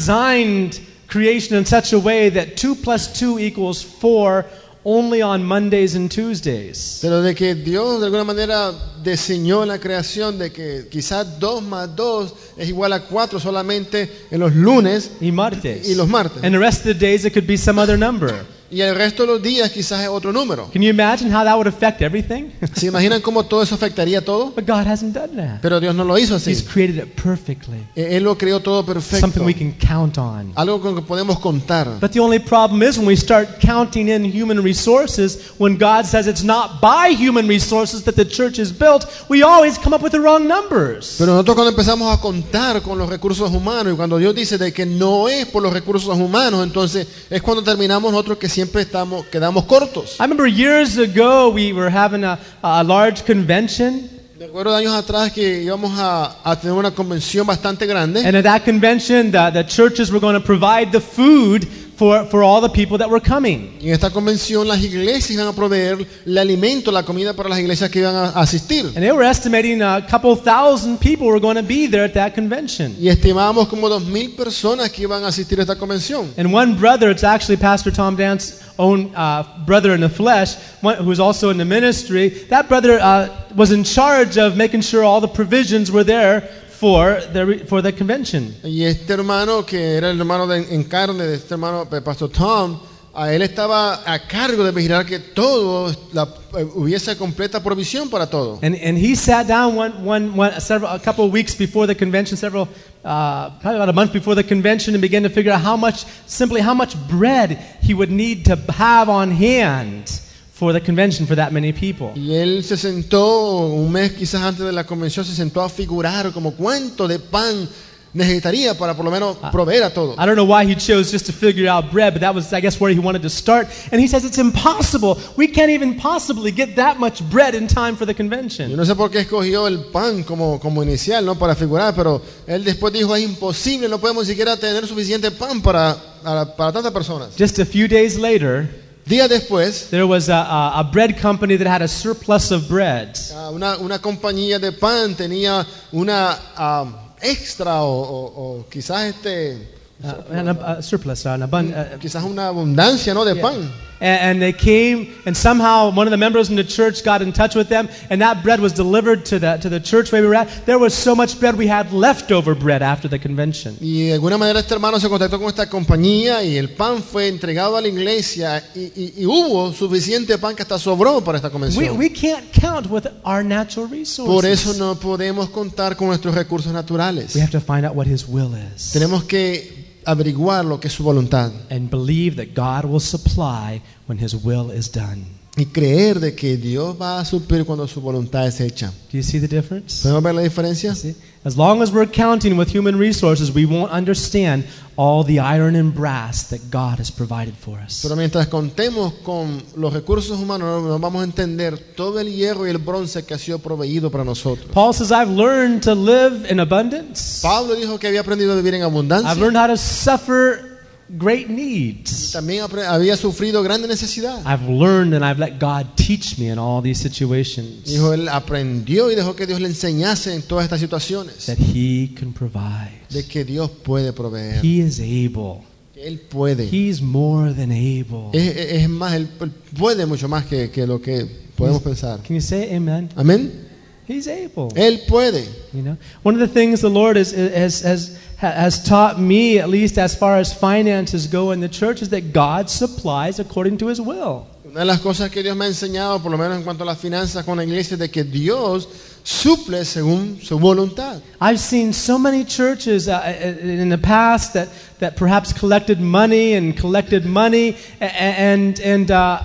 Speaker 1: designed creation in such a way that 2 plus 2 equals 4 only on Mondays and Tuesdays.
Speaker 2: Pero de que Dios de alguna manera diseñó la creación de que quizás 2 más 2 es igual a 4 solamente en los lunes
Speaker 1: Y martes.
Speaker 2: Y los martes.
Speaker 1: And the rest of the days it could be some other number.
Speaker 2: y el resto de los días quizás es otro número.
Speaker 1: Can you imagine how that would affect everything?
Speaker 2: ¿Se imaginan cómo todo eso afectaría todo?
Speaker 1: but God hasn't done that.
Speaker 2: Pero Dios no lo hizo
Speaker 1: He's
Speaker 2: así.
Speaker 1: created it perfectly.
Speaker 2: Eh, Él lo creó todo perfecto.
Speaker 1: Something we can count on.
Speaker 2: Algo con que podemos contar.
Speaker 1: But the only problem is when we start counting in human resources, when God says it's not by human resources that the church is built, we always come up with the wrong numbers.
Speaker 2: Pero nosotros cuando empezamos a contar con los recursos humanos y cuando Dios dice de que no es por los recursos humanos, entonces es cuando terminamos nosotros que siempre estamos quedamos cortos.
Speaker 1: I remember years ago we were having a, a large convention,
Speaker 2: Me acuerdo de años atrás que íbamos a, a tener una convención bastante grande
Speaker 1: and at that convention, the, the churches were going to provide the food for, for all the people that were coming.
Speaker 2: y en esta convención las iglesias iban a proveer el alimento, la comida para las iglesias que iban a a asistir.
Speaker 1: And they were estimating a couple thousand people were going to be there at that convention.
Speaker 2: Y estimábamos como dos mil personas que iban a asistir a esta convención.
Speaker 1: And one brother, it's actually Pastor Tom Dance's own uh, brother in the flesh, one, who's also in the ministry, that brother uh, was in charge of making sure all the provisions were there for the, for the convention.
Speaker 2: Y este hermano, que era el hermano de- en carne de este hermano, eh, Pastor Tom, a él estaba a cargo de vigilar que todo, la- eh, hubiese completa provisión para todo.
Speaker 1: And, and he sat down one, one, one, several, a couple of weeks before the convention, several, uh, probably about a month before the convention, and began to figure out how much, simply how much bread he would need to have on hand for the convention for that many people.
Speaker 2: Y él se sentó, un mes quizás antes de la convención, se sentó a figurar como cuánto de pan necesitaría para por lo menos proveer a todo.
Speaker 1: I don't know why he chose just to figure out bread, but that was, I guess, where he wanted to start. And he says it's impossible. We can't even possibly get that much bread in time for the
Speaker 2: Yo
Speaker 1: convention.
Speaker 2: no sé por qué escogió el pan como, como inicial, ¿no? Para figurar, pero él después dijo, es imposible, no podemos ni siquiera tener suficiente pan para, para, para tantas personas.
Speaker 1: Just a few days later,
Speaker 2: Días después,
Speaker 1: there was a, a, a bread company that had a surplus of bread.
Speaker 2: Ah, Una, una compañía de pan tenía una ah, extra o, o- o quizás este
Speaker 1: Uh, an, ab- a surplus, an abun- uh,
Speaker 2: quizás una abundancia no de pan
Speaker 1: and, and they came, and somehow one of the members in the church got in touch with them, and that bread was delivered to the, to the church where we were at. There was so much bread, we had leftover bread after the convention.
Speaker 2: y de alguna manera este hermano se contactó con esta compañía y el pan fue entregado a la iglesia y, y- y hubo suficiente pan que hasta sobró para esta
Speaker 1: We,
Speaker 2: convención
Speaker 1: we can't count with our natural resources.
Speaker 2: por eso no podemos contar con nuestros recursos naturales
Speaker 1: We have to find out what His will is
Speaker 2: tenemos que averiguar lo que es su voluntad
Speaker 1: and believe that God will supply when His will is done.
Speaker 2: y creer de que Dios va a suplir cuando su voluntad es hecha
Speaker 1: Do you see the difference?
Speaker 2: podemos ver la diferencia
Speaker 1: See? As long as we're counting with human resources, we won't understand all the iron and brass that God has provided for us.
Speaker 2: Pero mientras contemos con los recursos humanos, nos vamos a entender todo el hierro y el bronce que ha sido proveído para nosotros.
Speaker 1: Paul says, I've learned to live in abundance.
Speaker 2: Pablo dijo que había aprendido a vivir en
Speaker 1: I've
Speaker 2: abundancia.
Speaker 1: learned how to suffer great
Speaker 2: y
Speaker 1: needs.
Speaker 2: También apre- había sufrido grande necesidad.
Speaker 1: I've learned and I've let God teach me in all these situations
Speaker 2: Dijo, él aprendió y dejó que Dios le enseñase en todas estas situaciones
Speaker 1: that He can provide.
Speaker 2: de que Dios puede proveer.
Speaker 1: He is able.
Speaker 2: que Él puede.
Speaker 1: He's more than able.
Speaker 2: Es, es- es más, Él él puede mucho más que, que lo que podemos pensar.
Speaker 1: Can you say amen?
Speaker 2: Amén.
Speaker 1: He's able.
Speaker 2: Él puede.
Speaker 1: You know, one of the things the Lord has, has, has, has taught me, at least as far as finances go in the church, is that God supplies according to His will.
Speaker 2: Una de las cosas que Dios me ha enseñado, por lo menos en cuanto a las finanzas con la iglesia, es de que Dios suple según su voluntad.
Speaker 1: I've seen so many churches uh, in the past that, that perhaps collected money and collected money a- a- and, and uh,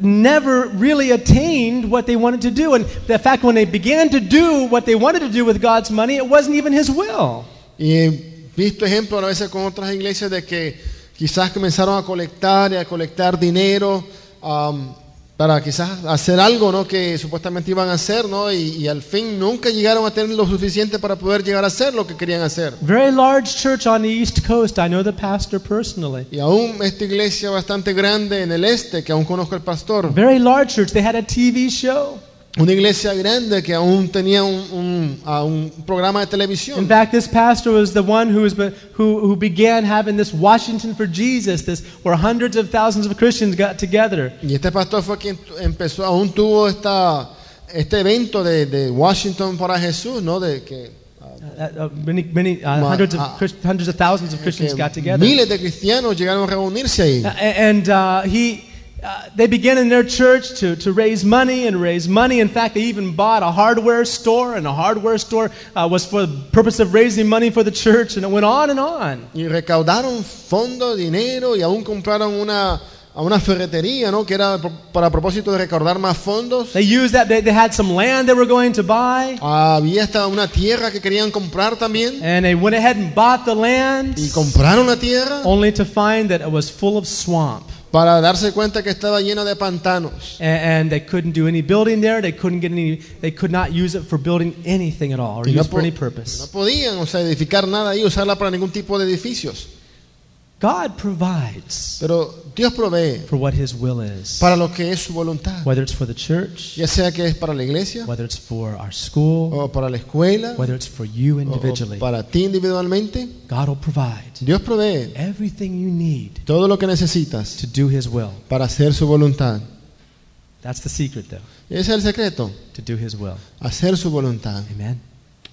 Speaker 1: never really attained what they wanted to do. And the fact, when they began to do what they wanted to do with God's money, it wasn't even His will.
Speaker 2: Y he visto ejemplos a veces con otras iglesias de que quizás comenzaron a colectar y a colectar dinero am, para quizás hacer algo ¿no? que supuestamente iban a hacer, ¿no? Y, y al fin nunca llegaron a tener lo suficiente para poder llegar a hacer lo que querían hacer.
Speaker 1: Very large church on the East Coast. I know the pastor personally.
Speaker 2: Y aún esta iglesia bastante grande en el este, que aún conozco el pastor,
Speaker 1: Very large church. They had a TV show.
Speaker 2: Una iglesia grande que aún tenía un, un- a un programa de
Speaker 1: In
Speaker 2: televisión.
Speaker 1: fact, this pastor was the one who, was, who, who began having this Washington for Jesus, this where hundreds of thousands of Christians got together.
Speaker 2: Y este pastor fue quien tu- empezó, aún tuvo esta, este evento de, de Washington para Jesús, ¿no? De que, ah,
Speaker 1: Uh, uh, many, many, uh,
Speaker 2: Ma-
Speaker 1: hundreds, of,
Speaker 2: ah.
Speaker 1: Christ- hundreds of thousands of
Speaker 2: que
Speaker 1: Christians got together.
Speaker 2: miles de cristianos llegaron a reunirse ahí.
Speaker 1: Uh, And uh, he, uh, they began in their church to, to raise money and raise money. In fact, they even bought a hardware store, and a hardware store uh, was for the purpose of raising money for the church, and it went on and on.
Speaker 2: Y recaudaron fondos, dinero y aún compraron una, a una ferretería, ¿no? Que era pro- para propósito de recaudar más fondos.
Speaker 1: They used that, they, they had some land they were going to buy,
Speaker 2: Había hasta una tierra que querían comprar también.
Speaker 1: and they went ahead and bought the land,
Speaker 2: Y compraron la tierra
Speaker 1: only to find that it was full of swamp.
Speaker 2: para darse cuenta que estaba llena de pantanos.
Speaker 1: A- And they couldn't do any building there. They couldn't get any. They could not use it for building anything at all, or
Speaker 2: Y no,
Speaker 1: use it for
Speaker 2: po-
Speaker 1: any
Speaker 2: no
Speaker 1: purpose.
Speaker 2: podían, o sea, edificar nada y usarla para ningún tipo de edificios.
Speaker 1: God provides
Speaker 2: Pero Dios provee
Speaker 1: for what His will is.
Speaker 2: para lo que es su voluntad,
Speaker 1: whether it's for the church,
Speaker 2: ya sea que es para la iglesia
Speaker 1: whether it's for our school,
Speaker 2: o para la escuela
Speaker 1: whether it's for you
Speaker 2: o- o
Speaker 1: individually.
Speaker 2: para ti individualmente.
Speaker 1: God will provide
Speaker 2: Dios provee
Speaker 1: everything you need
Speaker 2: todo lo que necesitas
Speaker 1: to do His will.
Speaker 2: para hacer su voluntad.
Speaker 1: That's the secret, though,
Speaker 2: Ese es el secreto,
Speaker 1: to do His will.
Speaker 2: hacer su voluntad.
Speaker 1: Amen.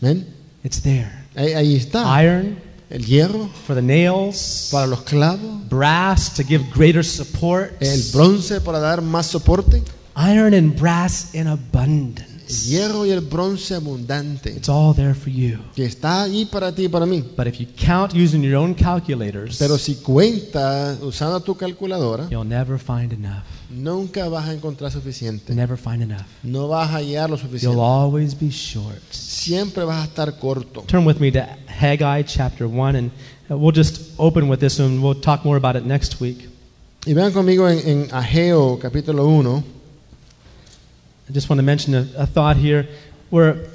Speaker 2: Amén.
Speaker 1: It's there.
Speaker 2: Ahí, ahí está.
Speaker 1: Iron
Speaker 2: El hierro
Speaker 1: for the nails,
Speaker 2: para los clavos,
Speaker 1: brass to give greater support,
Speaker 2: el bronce para dar más soporte,
Speaker 1: iron and brass in
Speaker 2: el
Speaker 1: abundance.
Speaker 2: hierro y el bronce abundante,
Speaker 1: It's all there for you.
Speaker 2: que está ahí para ti y para mí.
Speaker 1: But if you count using your own calculators,
Speaker 2: Pero si cuentas usando tu calculadora,
Speaker 1: you'll never find enough.
Speaker 2: nunca vas a encontrar suficiente.
Speaker 1: Never find enough.
Speaker 2: No vas a hallar lo
Speaker 1: You'll
Speaker 2: suficiente.
Speaker 1: always be short.
Speaker 2: Siempre vas a estar corto.
Speaker 1: Turn with me to Haggai chapter 1, and uh, we'll just open with this and we'll talk more about it next week.
Speaker 2: Y vean conmigo en, en Ageo capítulo 1.
Speaker 1: I just want to mention a, a thought here where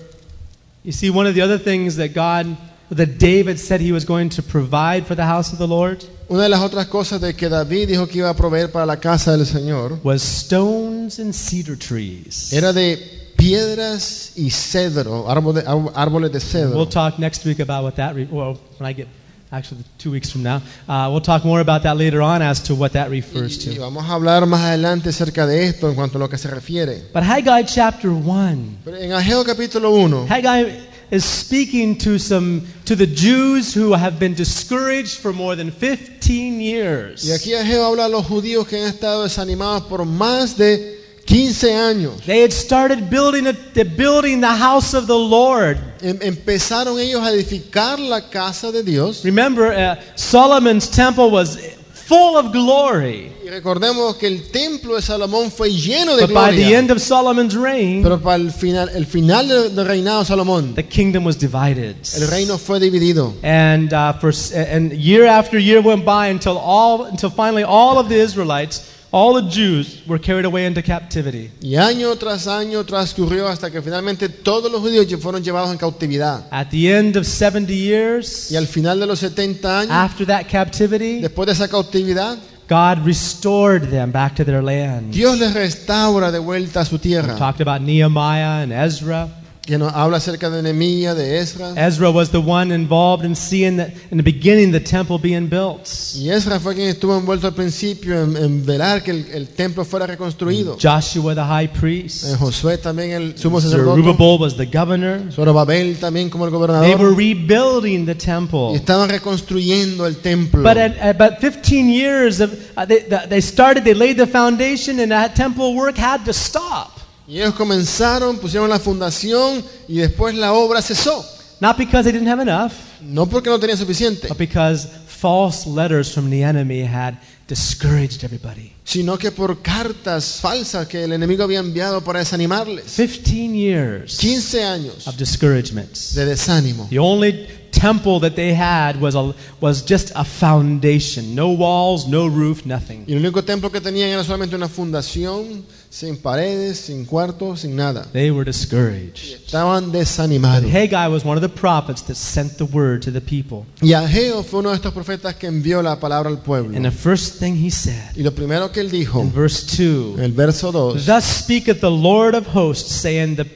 Speaker 1: you see one of the other things that God, that David said he was going to provide for the house of the Lord
Speaker 2: Una de las otras cosas de que David dijo que iba a proveer para la casa del Señor
Speaker 1: was stones and cedar trees.
Speaker 2: era de piedras y cedro, árboles de, árboles de
Speaker 1: We'll
Speaker 2: cedro.
Speaker 1: talk next week about what that, re- well, when I get, actually two weeks from now, uh, we'll talk more about that later on as to what that refers
Speaker 2: Y, y
Speaker 1: to.
Speaker 2: vamos a hablar más adelante acerca de esto en cuanto a lo que se refiere.
Speaker 1: But Haggai chapter 1.
Speaker 2: Pero en Ageo capítulo 1,
Speaker 1: Haggai is speaking to some to the Jews who have been discouraged for more than 15
Speaker 2: y
Speaker 1: years.
Speaker 2: aquí Ageo habla a los judíos que han estado desanimados por más de 15 años.
Speaker 1: They had started building a, the building the house of the Lord.
Speaker 2: Em- Empezaron ellos a edificar la casa de Dios.
Speaker 1: Remember, uh, Solomon's temple was full of glory,
Speaker 2: Y recordemos que el templo de Salomón fue lleno de
Speaker 1: but by the
Speaker 2: gloria.
Speaker 1: end of Solomon's reign,
Speaker 2: Pero para el final, el final del del reinado de Salomón,
Speaker 1: the kingdom was divided.
Speaker 2: el reino fue dividido.
Speaker 1: And uh, for s- and year after year went by until all until finally all of the Israelites, all the Jews, were carried away into captivity.
Speaker 2: Y año tras año transcurrió hasta que finalmente todos los judíos lle- fueron llevados en cautividad.
Speaker 1: At the end of 70 years,
Speaker 2: Y al final de los 70 años,
Speaker 1: after that captivity,
Speaker 2: después de esa cautividad,
Speaker 1: God restored them back to their land.
Speaker 2: Dios les restaura de vuelta a su tierra.
Speaker 1: Talked about Nehemiah and Ezra.
Speaker 2: Que nos habla acerca de Nehemías, de Ezra.
Speaker 1: Ezra was the one involved in seeing that in the beginning the temple being built.
Speaker 2: Y Ezra fue quien estuvo envuelto al principio en, en velar que el, el templo fuera reconstruido.
Speaker 1: Joshua the high
Speaker 2: En
Speaker 1: priest.
Speaker 2: Josué también el sumo sacerdote.
Speaker 1: Zerubbabel was the governor.
Speaker 2: Zorobabel también como el
Speaker 1: They were
Speaker 2: gobernador.
Speaker 1: rebuilding the
Speaker 2: Y
Speaker 1: temple.
Speaker 2: estaban reconstruyendo el templo.
Speaker 1: But at, at about 15 years of, uh, they, they started, they laid the foundation, and that temple work had to stop.
Speaker 2: Y ellos comenzaron, pusieron la fundación y después la obra cesó.
Speaker 1: Not because they didn't have enough,
Speaker 2: No porque no tenían suficiente,
Speaker 1: But because false letters from the enemy had discouraged everybody.
Speaker 2: sino que por cartas falsas que el enemigo había enviado para desanimarles.
Speaker 1: 15 years
Speaker 2: 15 años
Speaker 1: of discouragements.
Speaker 2: de desánimo.
Speaker 1: The only temple that they had was, a, was just a foundation. No walls, no roof, nothing.
Speaker 2: Y el único templo que tenían era solamente una fundación sin paredes, sin cuarto, sin nada.
Speaker 1: They were discouraged.
Speaker 2: Estaban desanimados.
Speaker 1: Haggai was one of the prophets that sent the word to the people.
Speaker 2: Y Ageo fue uno de estos profetas que envió la palabra al
Speaker 1: And
Speaker 2: pueblo.
Speaker 1: the first thing he said
Speaker 2: Y lo primero que él dijo,
Speaker 1: in verse 2
Speaker 2: en el verso 2,
Speaker 1: Thus speaketh the Lord of hosts, saying, the,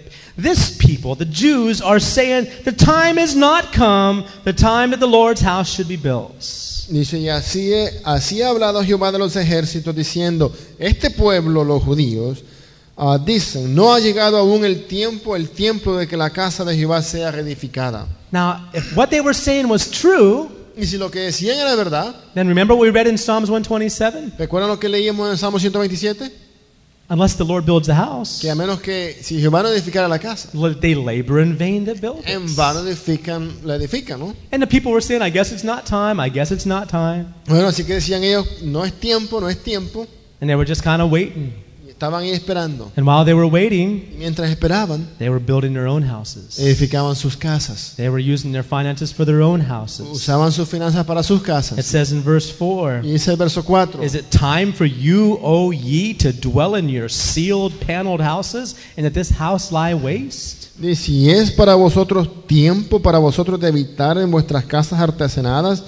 Speaker 1: This people, the Jews, are saying, The time is not come, the time that the Lord's house should be built.
Speaker 2: dice, y así, he- así ha hablado Jehová de los ejércitos, diciendo, este pueblo, los judíos, ah, dicen, no ha llegado aún el tiempo, el tiempo de que la casa de Jehová sea reedificada.
Speaker 1: Now, if what they were saying was true,
Speaker 2: Y si lo que decían era verdad,
Speaker 1: then remember what we read in Psalms 127?
Speaker 2: ¿recuerdan lo que leímos en Salmo 127?
Speaker 1: Unless the Lord builds the house,
Speaker 2: Que a menos que si Jehová no edificara la casa,
Speaker 1: they labor in vain that build it.
Speaker 2: en vano edifican, la edifican, ¿no?
Speaker 1: And the people were saying, I guess it's not time, I guess it's not time.
Speaker 2: Bueno, así que decían ellos, no es tiempo, no es tiempo.
Speaker 1: And they were just kind of waiting.
Speaker 2: Y estaban ahí esperando.
Speaker 1: And while they were waiting,
Speaker 2: Y mientras esperaban,
Speaker 1: they were building their own houses.
Speaker 2: edificaban sus casas.
Speaker 1: They were using their finances for their own houses.
Speaker 2: Usaban sus finanzas para sus
Speaker 1: It
Speaker 2: casas.
Speaker 1: says in verse 4
Speaker 2: Y dice el verso 4.
Speaker 1: Is it time for you, O ye, to dwell in your sealed, paneled houses, and that this house lie waste?
Speaker 2: Dice, y es para vosotros tiempo, para vosotros de habitar en vuestras casas artesanadas,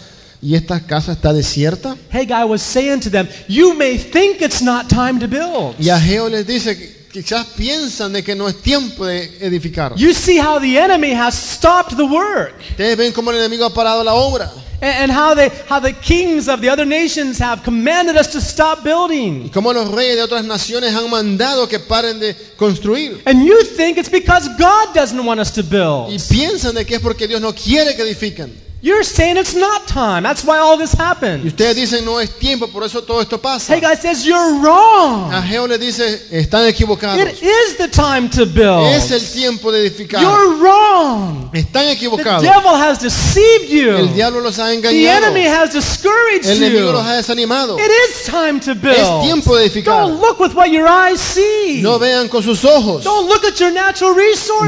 Speaker 2: y esta casa está desierta.
Speaker 1: Haggai was saying to them, You may think it's not time to build.
Speaker 2: Y Ageo les dice, que quizás piensan de que no es tiempo de edificar.
Speaker 1: You see how the enemy has stopped the work.
Speaker 2: Ustedes ven cómo el enemigo ha parado la obra.
Speaker 1: And, and how, they, how the kings of the other nations have commanded us to stop
Speaker 2: Y
Speaker 1: building.
Speaker 2: cómo los reyes de otras naciones han mandado que paren de construir.
Speaker 1: And you think it's because God doesn't want us to
Speaker 2: Y
Speaker 1: build.
Speaker 2: piensan de que es porque Dios no quiere que edifiquen.
Speaker 1: You're saying it's not time. That's why all this
Speaker 2: Y
Speaker 1: happened.
Speaker 2: ustedes dicen, no es tiempo, por eso todo esto pasa.
Speaker 1: Haggai says you're wrong.
Speaker 2: Ageo le dice, están equivocados.
Speaker 1: It is the time to build.
Speaker 2: Es el tiempo de edificar.
Speaker 1: You're wrong.
Speaker 2: Están
Speaker 1: The
Speaker 2: equivocados.
Speaker 1: devil has deceived
Speaker 2: El
Speaker 1: you.
Speaker 2: diablo los ha
Speaker 1: The
Speaker 2: engañado.
Speaker 1: enemy has discouraged
Speaker 2: El enemigo
Speaker 1: you.
Speaker 2: los ha desanimado.
Speaker 1: It is time to
Speaker 2: Es
Speaker 1: build.
Speaker 2: tiempo de edificar.
Speaker 1: Don't look with what your eyes see.
Speaker 2: No vean con sus ojos.
Speaker 1: Don't look at your natural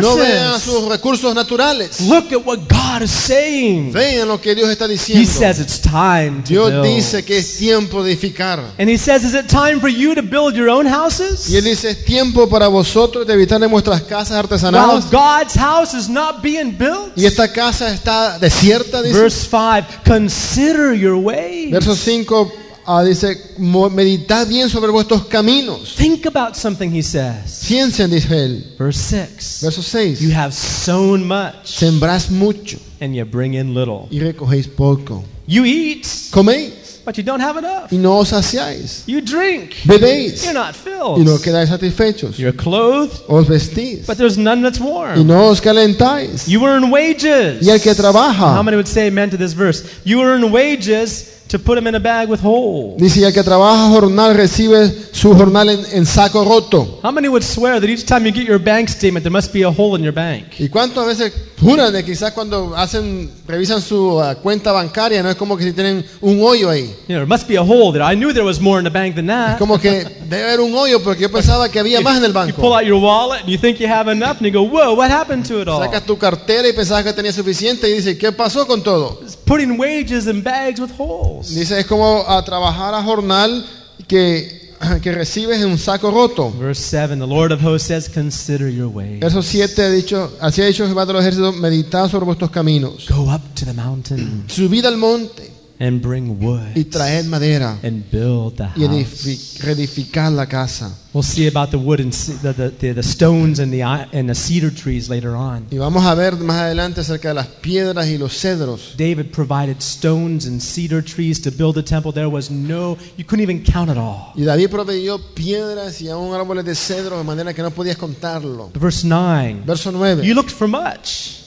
Speaker 2: No vean
Speaker 1: resources.
Speaker 2: sus recursos naturales.
Speaker 1: Look at what God is saying.
Speaker 2: Vean lo que Dios está
Speaker 1: He
Speaker 2: diciendo.
Speaker 1: says it's time to
Speaker 2: Dios
Speaker 1: build.
Speaker 2: dice que es tiempo de edificar.
Speaker 1: And he says, is it time for you to build your own
Speaker 2: Y él
Speaker 1: houses?
Speaker 2: dice, es tiempo para vosotros de habitar en vuestras casas
Speaker 1: While
Speaker 2: artesanadas.
Speaker 1: God's house is not being built?
Speaker 2: Y esta casa está desierta, dice.
Speaker 1: Verse 5, consider your ways.
Speaker 2: Verso 5 ah, dice, "Mo- meditad bien sobre vuestros caminos.
Speaker 1: Think about something, he says.
Speaker 2: Ciencia, dice él.
Speaker 1: Verse 6,
Speaker 2: Verso
Speaker 1: you
Speaker 2: 6,
Speaker 1: have sown much
Speaker 2: sembrás mucho
Speaker 1: and you bring in little.
Speaker 2: y recogéis poco.
Speaker 1: You eat,
Speaker 2: Coméis
Speaker 1: but you don't have enough.
Speaker 2: y no os saciáis.
Speaker 1: You drink,
Speaker 2: Bebéis
Speaker 1: you're not
Speaker 2: y
Speaker 1: filled.
Speaker 2: no quedáis satisfechos.
Speaker 1: You're clothed,
Speaker 2: Os vestís
Speaker 1: but there's none that's
Speaker 2: y
Speaker 1: warm.
Speaker 2: no os calentáis.
Speaker 1: You earn wages.
Speaker 2: Y el que
Speaker 1: How
Speaker 2: trabaja,
Speaker 1: many would say amen to this verse? You earn wages to put them in a bag with holes.
Speaker 2: dice, y el que trabaja jornal recibe su jornal en, en saco roto.
Speaker 1: How many would swear that each time you get your bank statement, there must be a hole in your bank?
Speaker 2: ¿Y cuántas veces juran de quizás cuando hacen, revisan su ah, cuenta bancaria, no es como que si tienen un hoyo ahí?
Speaker 1: You know, there must be a hole there. I knew there was more in the bank than
Speaker 2: Es
Speaker 1: that.
Speaker 2: como que debe haber un hoyo porque yo pensaba que había más en el
Speaker 1: You pull
Speaker 2: banco.
Speaker 1: out your wallet and you think you have enough, and you go, "Whoa, what happened to it all?"
Speaker 2: Sacas tu cartera y pensabas que tenía suficiente y dices, ¿qué pasó con todo?
Speaker 1: It's putting wages in bags with holes.
Speaker 2: Dice, es como a trabajar a jornal que, que recibes en un saco roto.
Speaker 1: Verse seven: The Lord of hosts says, "Consider your way.
Speaker 2: Verso 7 ha dicho, así ha dicho Jehová de los ejércitos, meditad sobre vuestros caminos.
Speaker 1: Go up to the mountain
Speaker 2: Subid al monte
Speaker 1: and bring
Speaker 2: y
Speaker 1: wood
Speaker 2: traed madera
Speaker 1: and build the
Speaker 2: y
Speaker 1: house."
Speaker 2: edifi- reedificad la casa.
Speaker 1: We'll see about the wood and ce- the, the, the, the stones and the, i- and the cedar trees later on.
Speaker 2: Y vamos a ver más adelante acerca de las piedras y los cedros.
Speaker 1: David provided stones and cedar trees to build the temple. There was no, you couldn't even count it all.
Speaker 2: Y David proveyó piedras y aún árboles de cedro de manera que no podías contarlo.
Speaker 1: Verse 9
Speaker 2: Verso 9.
Speaker 1: You looked for much.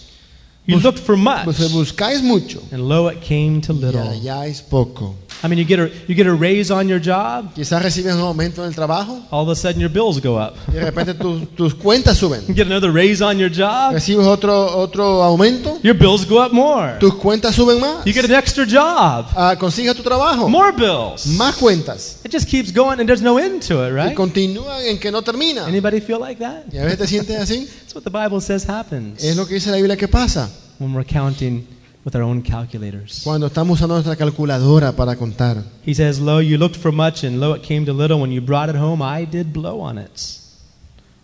Speaker 1: You looked for much.
Speaker 2: Pues buscáis mucho
Speaker 1: And lo, it came to
Speaker 2: y
Speaker 1: little.
Speaker 2: halláis poco.
Speaker 1: I mean, you get, a, you get a raise on your job,
Speaker 2: Quizás recibes un aumento en el trabajo
Speaker 1: all of a sudden your bills go up.
Speaker 2: y de repente tus- tus cuentas
Speaker 1: You
Speaker 2: suben.
Speaker 1: get another raise on your job,
Speaker 2: Recibes otro, otro aumento,
Speaker 1: your bills go up more.
Speaker 2: tus cuentas suben más.
Speaker 1: You get an extra job,
Speaker 2: Ah, consigues tu trabajo,
Speaker 1: more bills.
Speaker 2: más cuentas.
Speaker 1: It just keeps going and there's no end to it,
Speaker 2: Y
Speaker 1: right?
Speaker 2: continúa en que no termina.
Speaker 1: Anybody feel like that?
Speaker 2: Y a veces te sientes así.
Speaker 1: That's what the Bible says happens
Speaker 2: Es lo que dice la Biblia que pasa
Speaker 1: when we're counting with our own calculators.
Speaker 2: Cuando estamos usando nuestra calculadora para contar.
Speaker 1: He says, Lo, you looked for much, and lo, it came to little. When you brought it home, I did blow on it.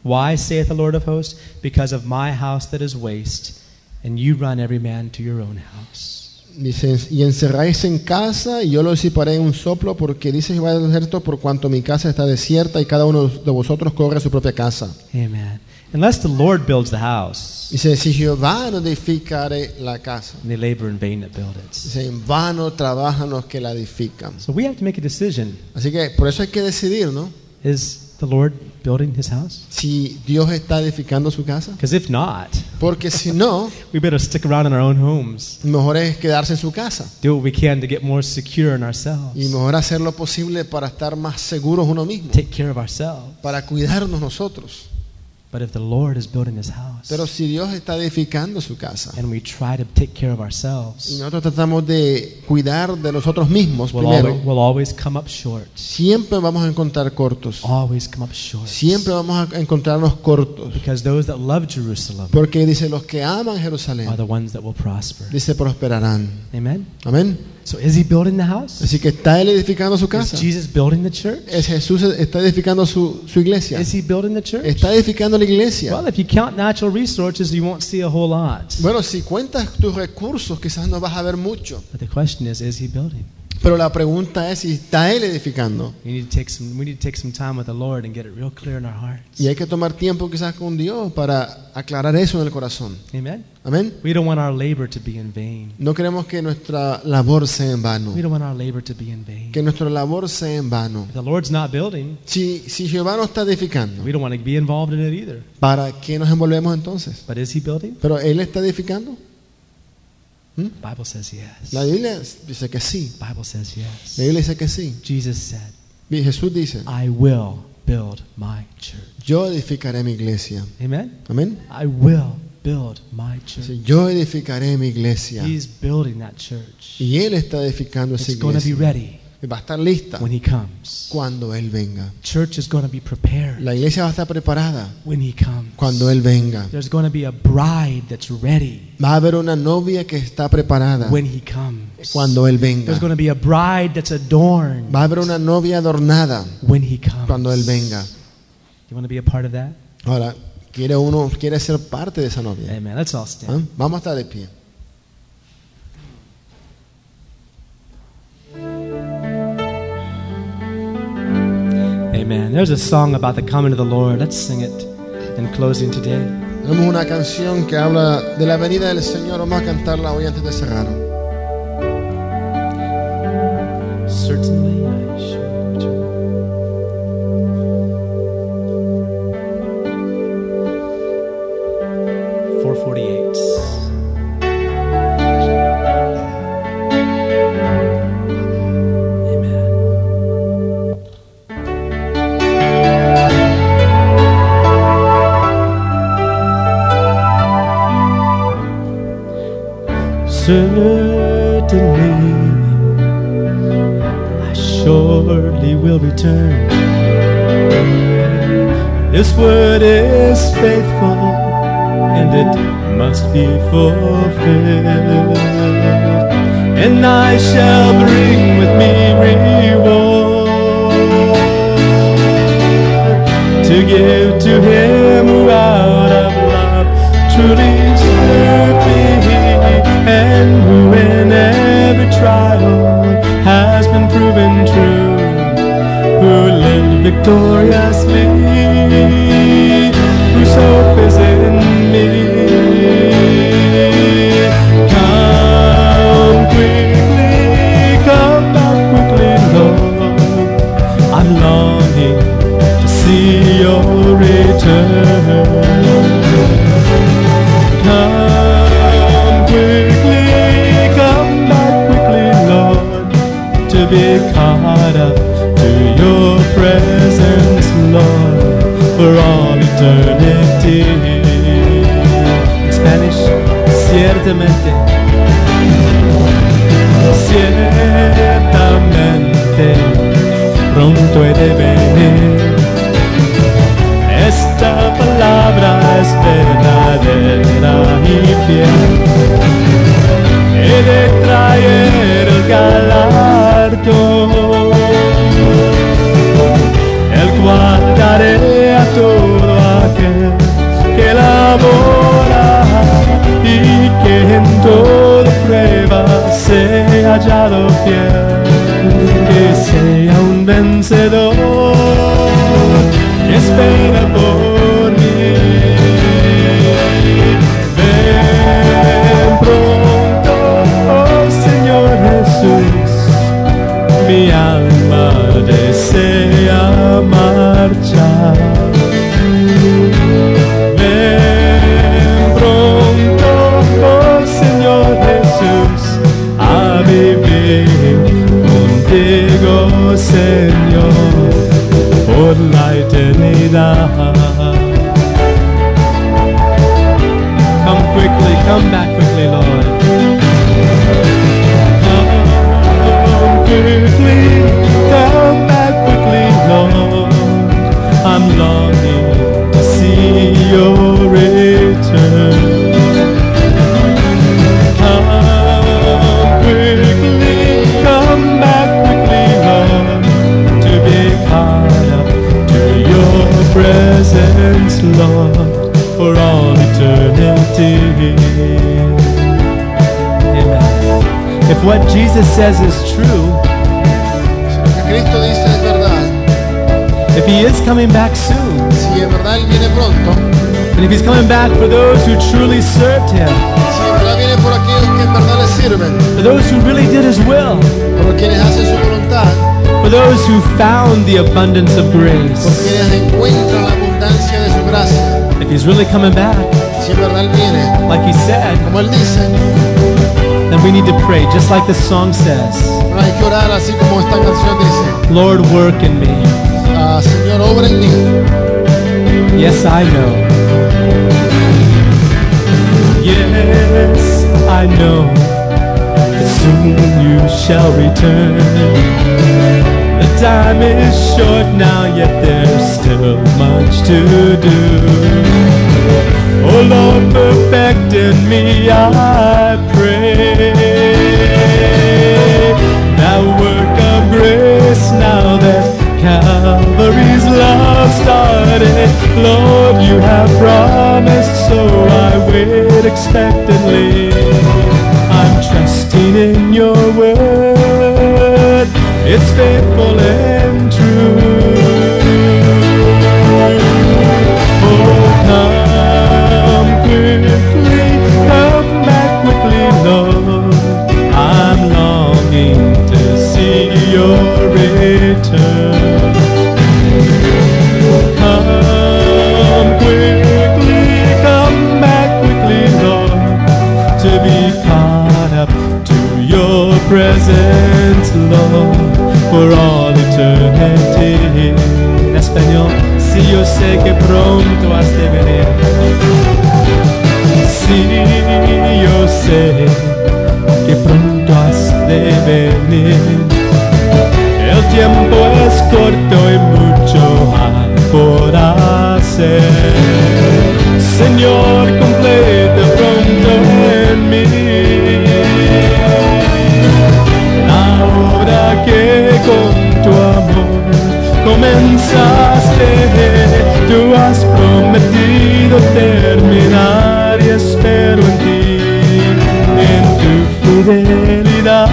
Speaker 1: Why, saith the Lord of hosts? Because of my house that is waste, and you run every man to your own house.
Speaker 2: Dice, y encerráis en casa y yo los disiparé en un soplo porque dice Jehová de los ejércitos por cuanto mi casa está desierta y cada uno de vosotros corre a su propia casa.
Speaker 1: Amen. Unless the Lord builds the house,
Speaker 2: Dice, si Jehová no edificare la casa,
Speaker 1: and they labor in vain that build it.
Speaker 2: dice, en vano trabajan los que la edifican.
Speaker 1: So we have to make a decision.
Speaker 2: Así que por eso hay que decidir, ¿no?
Speaker 1: Is the Lord building his house?
Speaker 2: Si Dios está edificando su casa.
Speaker 1: Because if not,
Speaker 2: Porque si no,
Speaker 1: we better stick around in our own homes,
Speaker 2: mejor es quedarse en su casa.
Speaker 1: do what we can to get more secure in
Speaker 2: Y
Speaker 1: ourselves,
Speaker 2: mejor hacer lo posible para estar más seguros uno mismo.
Speaker 1: take care of ourselves.
Speaker 2: Para cuidarnos nosotros.
Speaker 1: But if the Lord is building his house,
Speaker 2: Pero si Dios está edificando su casa
Speaker 1: and we try to take care of
Speaker 2: y
Speaker 1: ourselves,
Speaker 2: nosotros tratamos de cuidar de nosotros mismos
Speaker 1: we'll always,
Speaker 2: primero,
Speaker 1: we'll always come up short.
Speaker 2: siempre vamos a encontrar cortos.
Speaker 1: Always come up short.
Speaker 2: Siempre vamos a encontrarnos cortos.
Speaker 1: Because those that love Jerusalem
Speaker 2: Porque dice, los que aman
Speaker 1: are
Speaker 2: Jerusalén,
Speaker 1: the ones that will prosper.
Speaker 2: dice, prosperarán.
Speaker 1: Amen.
Speaker 2: Amén.
Speaker 1: So is he building the house?
Speaker 2: Así que está él edificando su
Speaker 1: Is
Speaker 2: casa.
Speaker 1: Jesus building the church?
Speaker 2: Es Jesús está edificando su, su iglesia.
Speaker 1: Is he building the church?
Speaker 2: Está edificando la iglesia.
Speaker 1: Well, if you count natural resources, you won't see a whole lot.
Speaker 2: Bueno, si cuentas tus recursos, quizás no vas a ver mucho.
Speaker 1: But the question is, is he building?
Speaker 2: Pero la pregunta es si está él edificando.
Speaker 1: We need to take some. We need to take some time with the Lord and get it real clear in our hearts.
Speaker 2: Y hay que tomar tiempo quizás con Dios para aclarar eso en el corazón.
Speaker 1: Amen.
Speaker 2: Amén.
Speaker 1: We don't want our labor to be in vain.
Speaker 2: No queremos que nuestra labor sea en vano.
Speaker 1: We don't want our labor to be in vain.
Speaker 2: Que nuestra labor sea en vano.
Speaker 1: If the Lord's not building,
Speaker 2: Si, si Jehová no está edificando,
Speaker 1: we don't want to be involved in it either.
Speaker 2: ¿para qué nos envolvemos entonces?
Speaker 1: But is He building?
Speaker 2: ¿Pero Él está edificando?
Speaker 1: The Bible says yes.
Speaker 2: La
Speaker 1: The
Speaker 2: Biblia dice que sí.
Speaker 1: Bible says yes.
Speaker 2: La Biblia dice que sí.
Speaker 1: Jesus said,
Speaker 2: Y Jesús dice,
Speaker 1: "I will build my church."
Speaker 2: yo edificaré mi iglesia.
Speaker 1: Amen.
Speaker 2: Amén.
Speaker 1: I will build my church.
Speaker 2: Dice, yo edificaré mi iglesia.
Speaker 1: He's building that church.
Speaker 2: Y Él está edificando esa
Speaker 1: It's going to be
Speaker 2: iglesia.
Speaker 1: ready
Speaker 2: Y Va a estar lista
Speaker 1: when He comes.
Speaker 2: cuando Él venga.
Speaker 1: Church is going to be prepared
Speaker 2: La iglesia va a estar preparada
Speaker 1: when He comes.
Speaker 2: cuando Él venga.
Speaker 1: There's going to be a bride that's ready
Speaker 2: Va a haber una novia que está preparada
Speaker 1: when he comes.
Speaker 2: cuando Él venga.
Speaker 1: There's going to be a bride that's adorned
Speaker 2: Va a haber una novia adornada
Speaker 1: when he comes.
Speaker 2: cuando Él venga.
Speaker 1: You want to be a part of that?
Speaker 2: Ahora, quiere uno, quiere ser parte de esa novia.
Speaker 1: Amen. Let's all stand.
Speaker 2: ¿Ah? Vamos a estar de pie.
Speaker 1: Amen. There's a song about the coming of the Lord. Let's sing it in closing today.
Speaker 2: Tenemos una canción que habla de la venida del Señor. Vamos a cantarla hoy antes de cerrar.
Speaker 1: Certainly I shall return. Four forty-eight. Amen. Certainly, I surely will return. This word is faithful, and it must be fulfilled. And I shall bring with me reward to give to him who out of love truly served me, and who in every trial has been proven true, who lived victoriously, whose hope is in me. Come quickly, come back quickly, Lord. I'm longing to see your return. Come quickly, come back quickly, Lord, to be caught up to your presence, Lord, for all eternity. In Spanish, ciertamente. Ciertamente, pronto he de venir. Esta palabra es verdadera y fiel. He sea hallado fiel, que sea un vencedor, que espera por mí. Ven pronto, oh Señor Jesús, mi alma desea marchar. Ven pronto, oh Señor Jesús, a vivir contigo, Señor, por la eternidad. Come quickly, come back quickly, Lord. Come quickly, come back quickly, Lord. I'm longing to see your return. Come quickly, come back quickly, Lord, to be caught up to your presence, Lord, for all eternity.
Speaker 3: Amen. If what Jesus says is true,
Speaker 2: Si lo que Cristo dice es verdad,
Speaker 3: if he is coming back soon,
Speaker 2: si en verdad Él viene pronto,
Speaker 3: and if he's coming back for those who truly served him,
Speaker 2: si en verdad viene por aquellos que en verdad le sirven,
Speaker 3: for those who really did his will,
Speaker 2: por quienes hacen su voluntad,
Speaker 3: for those who found the abundance of
Speaker 2: por
Speaker 3: grace,
Speaker 2: quienes encuentran la abundancia de su gracia,
Speaker 3: if he's really coming back,
Speaker 2: si en verdad Él viene,
Speaker 3: like he said,
Speaker 2: como Él dice,
Speaker 3: then we need to pray, just like the song says,
Speaker 2: no hay que orar así como esta canción dice,
Speaker 3: Lord, work in me.
Speaker 2: "Ah, Señor, obra en mí,
Speaker 3: Yes, I know.
Speaker 1: Yes, I know that soon you shall return. The time is short now, yet there's still much to do. Oh Lord, perfect in me, I pray. That work of grace now that Calvary's love started. Lord, you have promised, so I wait expectantly. I'm trusting in your word, it's faithful and true. Oh, come quickly, come back quickly, Lord. I'm longing to see your return. Come quickly, come back quickly, Lord, to be caught up to your presence, Lord, for all eternity.
Speaker 3: En español, si yo sé que pronto has de venir,
Speaker 1: Si yo sé que pronto has de venir. El tiempo es corto y mucho hay por hacer. Señor, completa pronto en mí la obra que con tu amor comenzaste, tú has prometido terminar y espero en ti, en tu fidelidad,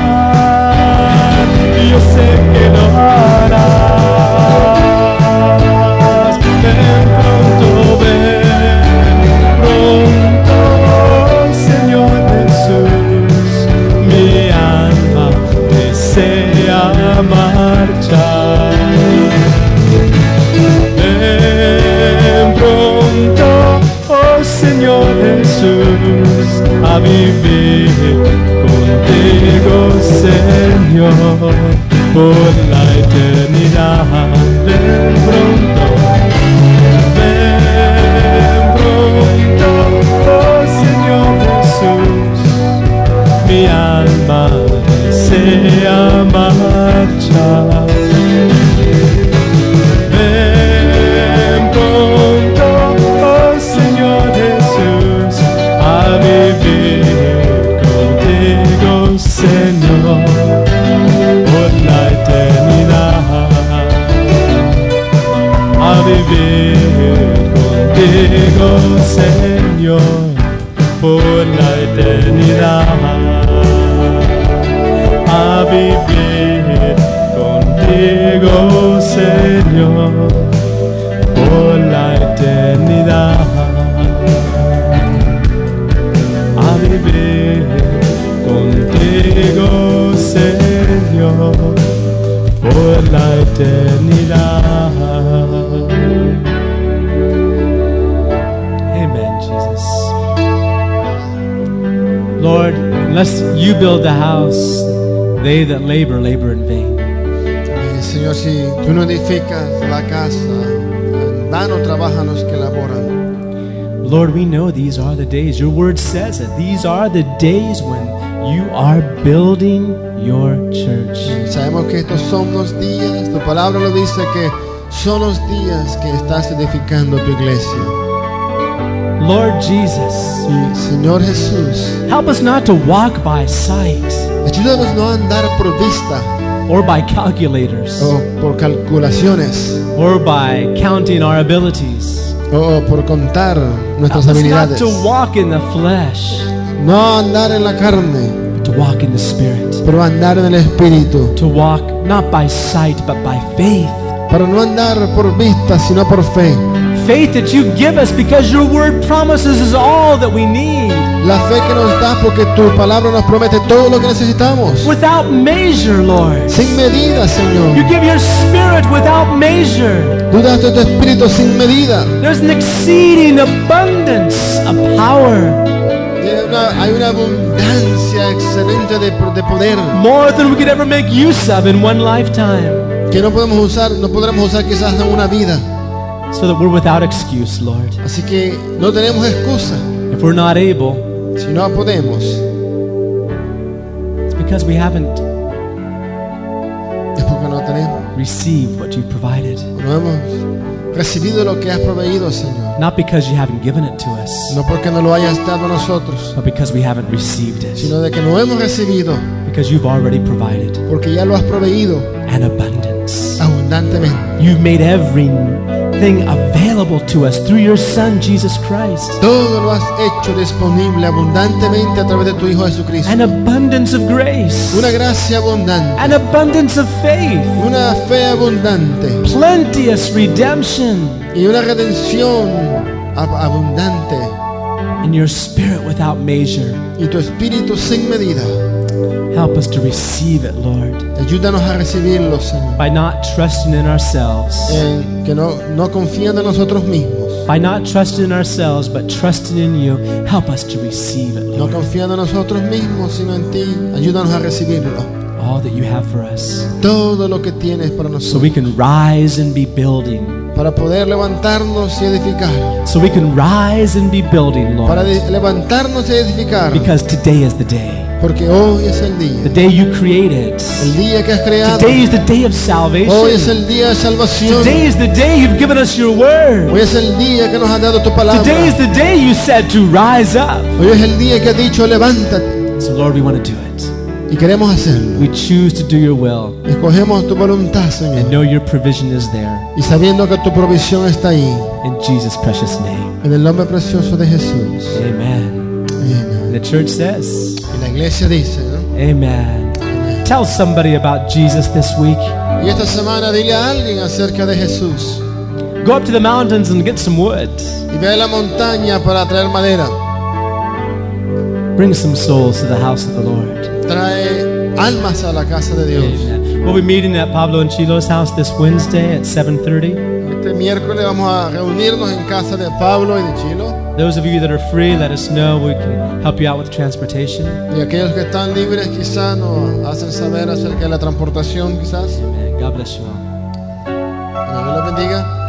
Speaker 1: yo sé que lo harás. Ven pronto, ven pronto, Señor Jesús, mi alma desea marchar. Ven pronto, oh Señor Jesús, a vivir contigo, Señor, por la eternidad. Ven pronto. Ven pronto, oh Señor Jesús, mi alma desea marchar. Ven pronto, oh Señor Jesús, a vivir contigo, Señor, por la eternidad. A vivir contigo, Señor, por la eternidad.
Speaker 4: eternidad. Amen, Jesus.
Speaker 1: Lord, unless you build the house, they that labor, labor in vain.
Speaker 2: Eh, Señor, si tú no edificas la casa, danos trabajan los que laboran.
Speaker 1: Lord, we know these are the days. Your word says it. These are the days when you are building your church.
Speaker 2: Sabemos que estos son los días, tu palabra lo dice que son los días que estás edificando tu iglesia.
Speaker 1: Lord Jesus,
Speaker 2: Y, Señor Jesús,
Speaker 1: help us not to walk by sight
Speaker 2: ayúdanos no a andar por vista
Speaker 1: or by calculators
Speaker 2: o por calculaciones
Speaker 1: or by counting our abilities.
Speaker 2: o Oh, por contar
Speaker 1: Help us
Speaker 2: nuestras
Speaker 1: not
Speaker 2: habilidades.
Speaker 1: to walk in the flesh,
Speaker 2: No andar en la carne,
Speaker 1: but to walk in the spirit.
Speaker 2: pero andar en el espíritu.
Speaker 1: To walk not by sight, but by faith.
Speaker 2: Pero no andar por vista, sino por fe.
Speaker 1: Faith that you give us because your word promises is all that we need.
Speaker 2: La fe que nos das porque tu palabra nos promete todo lo que necesitamos.
Speaker 1: Without measure, Lord.
Speaker 2: Sin medida,
Speaker 1: You
Speaker 2: Señor.
Speaker 1: give your spirit without measure.
Speaker 2: Tú das tu espíritu sin medida.
Speaker 1: There's an exceeding abundance of power,
Speaker 2: Hay una, hay una abundancia excelente de, de poder
Speaker 1: more than we could ever make use of in one lifetime.
Speaker 2: que no podemos usar, no podremos usar quizás en una vida.
Speaker 1: So that we're without excuse, Lord.
Speaker 2: Así que no tenemos excusa.
Speaker 1: If we're not able,
Speaker 2: Si no podemos,
Speaker 1: it's because we haven't
Speaker 2: es porque no tenemos.
Speaker 1: received what you've provided,
Speaker 2: No hemos recibido lo que has proveído, Señor.
Speaker 1: not because you haven't given it to us,
Speaker 2: No porque no lo hayas dado a nosotros,
Speaker 1: but because we haven't received it,
Speaker 2: sino de que no hemos recibido
Speaker 1: because you've already provided
Speaker 2: porque ya lo has proveído
Speaker 1: an abundance.
Speaker 2: abundantemente.
Speaker 1: You've made everything available to us through your Son, Jesus Christ.
Speaker 2: Todo lo has hecho disponible abundantemente a través de tu Hijo Jesucristo.
Speaker 1: An abundance of grace.
Speaker 2: Una gracia abundante,
Speaker 1: An abundance of faith.
Speaker 2: una fe abundante
Speaker 1: Plenteous redemption.
Speaker 2: y una redención ab- abundante
Speaker 1: And your spirit without measure.
Speaker 2: y tu espíritu sin medida.
Speaker 1: Help us to receive it, Lord.
Speaker 2: Ayúdanos a recibirlo, Señor.
Speaker 1: By not trusting in ourselves.
Speaker 2: En que no, no confiando en nosotros mismos,
Speaker 1: By not trusting in ourselves, but trusting in you. Help us to receive it,
Speaker 2: no
Speaker 1: Lord.
Speaker 2: confiando en nosotros mismos, sino en ti. Ayúdanos a recibirlo.
Speaker 1: All that you have for us.
Speaker 2: Todo lo que tienes para
Speaker 1: So
Speaker 2: nosotros.
Speaker 1: we can rise and be building.
Speaker 2: para poder levantarnos y edificar,
Speaker 1: So we can rise and be building,
Speaker 2: para
Speaker 1: Lord.
Speaker 2: de- levantarnos y edificar,
Speaker 1: Because today is the day.
Speaker 2: porque hoy es el
Speaker 1: The
Speaker 2: día,
Speaker 1: day you created.
Speaker 2: el día que has creado,
Speaker 1: Today is the day of
Speaker 2: hoy es
Speaker 1: salvation.
Speaker 2: el día de salvación,
Speaker 1: Today is the day you've given us your word.
Speaker 2: hoy es el día que nos has dado tu palabra,
Speaker 1: Today is
Speaker 2: hoy
Speaker 1: the day you said to rise up.
Speaker 2: es el día que has dicho levántate
Speaker 1: So, Lord, we want to do it.
Speaker 2: y queremos hacerlo.
Speaker 1: We choose to do your will
Speaker 2: Escogemos tu voluntad,
Speaker 1: and
Speaker 2: Señor,
Speaker 1: know your provision is there.
Speaker 2: y sabiendo que tu provisión está ahí,
Speaker 1: In Jesus' precious name.
Speaker 2: en el nombre precioso de Jesús.
Speaker 1: Amen.
Speaker 2: Amén.
Speaker 1: And the church says,
Speaker 2: Y la iglesia dice, ¿no?
Speaker 1: Amen. Tell somebody about Jesus this week.
Speaker 2: y esta semana dile a alguien acerca de Jesús
Speaker 1: Go up to the mountains and get some wood.
Speaker 2: y ve a la montaña para traer madera.
Speaker 1: Bring some souls to the house of the Lord.
Speaker 2: trae almas a la casa de Dios.
Speaker 1: Amen. We'll be meeting at Pablo and Chilo's house this Wednesday at 7:30.
Speaker 2: Este miércoles vamos a reunirnos en casa de Pablo y de Chilo.
Speaker 1: Those of you that are free, let us know. We can help you out with transportation.
Speaker 2: Y aquellos que están libres quizás nos hacen saber acerca de la transportación quizás.
Speaker 1: Amen. God bless you all.
Speaker 2: Que Dios los bendiga.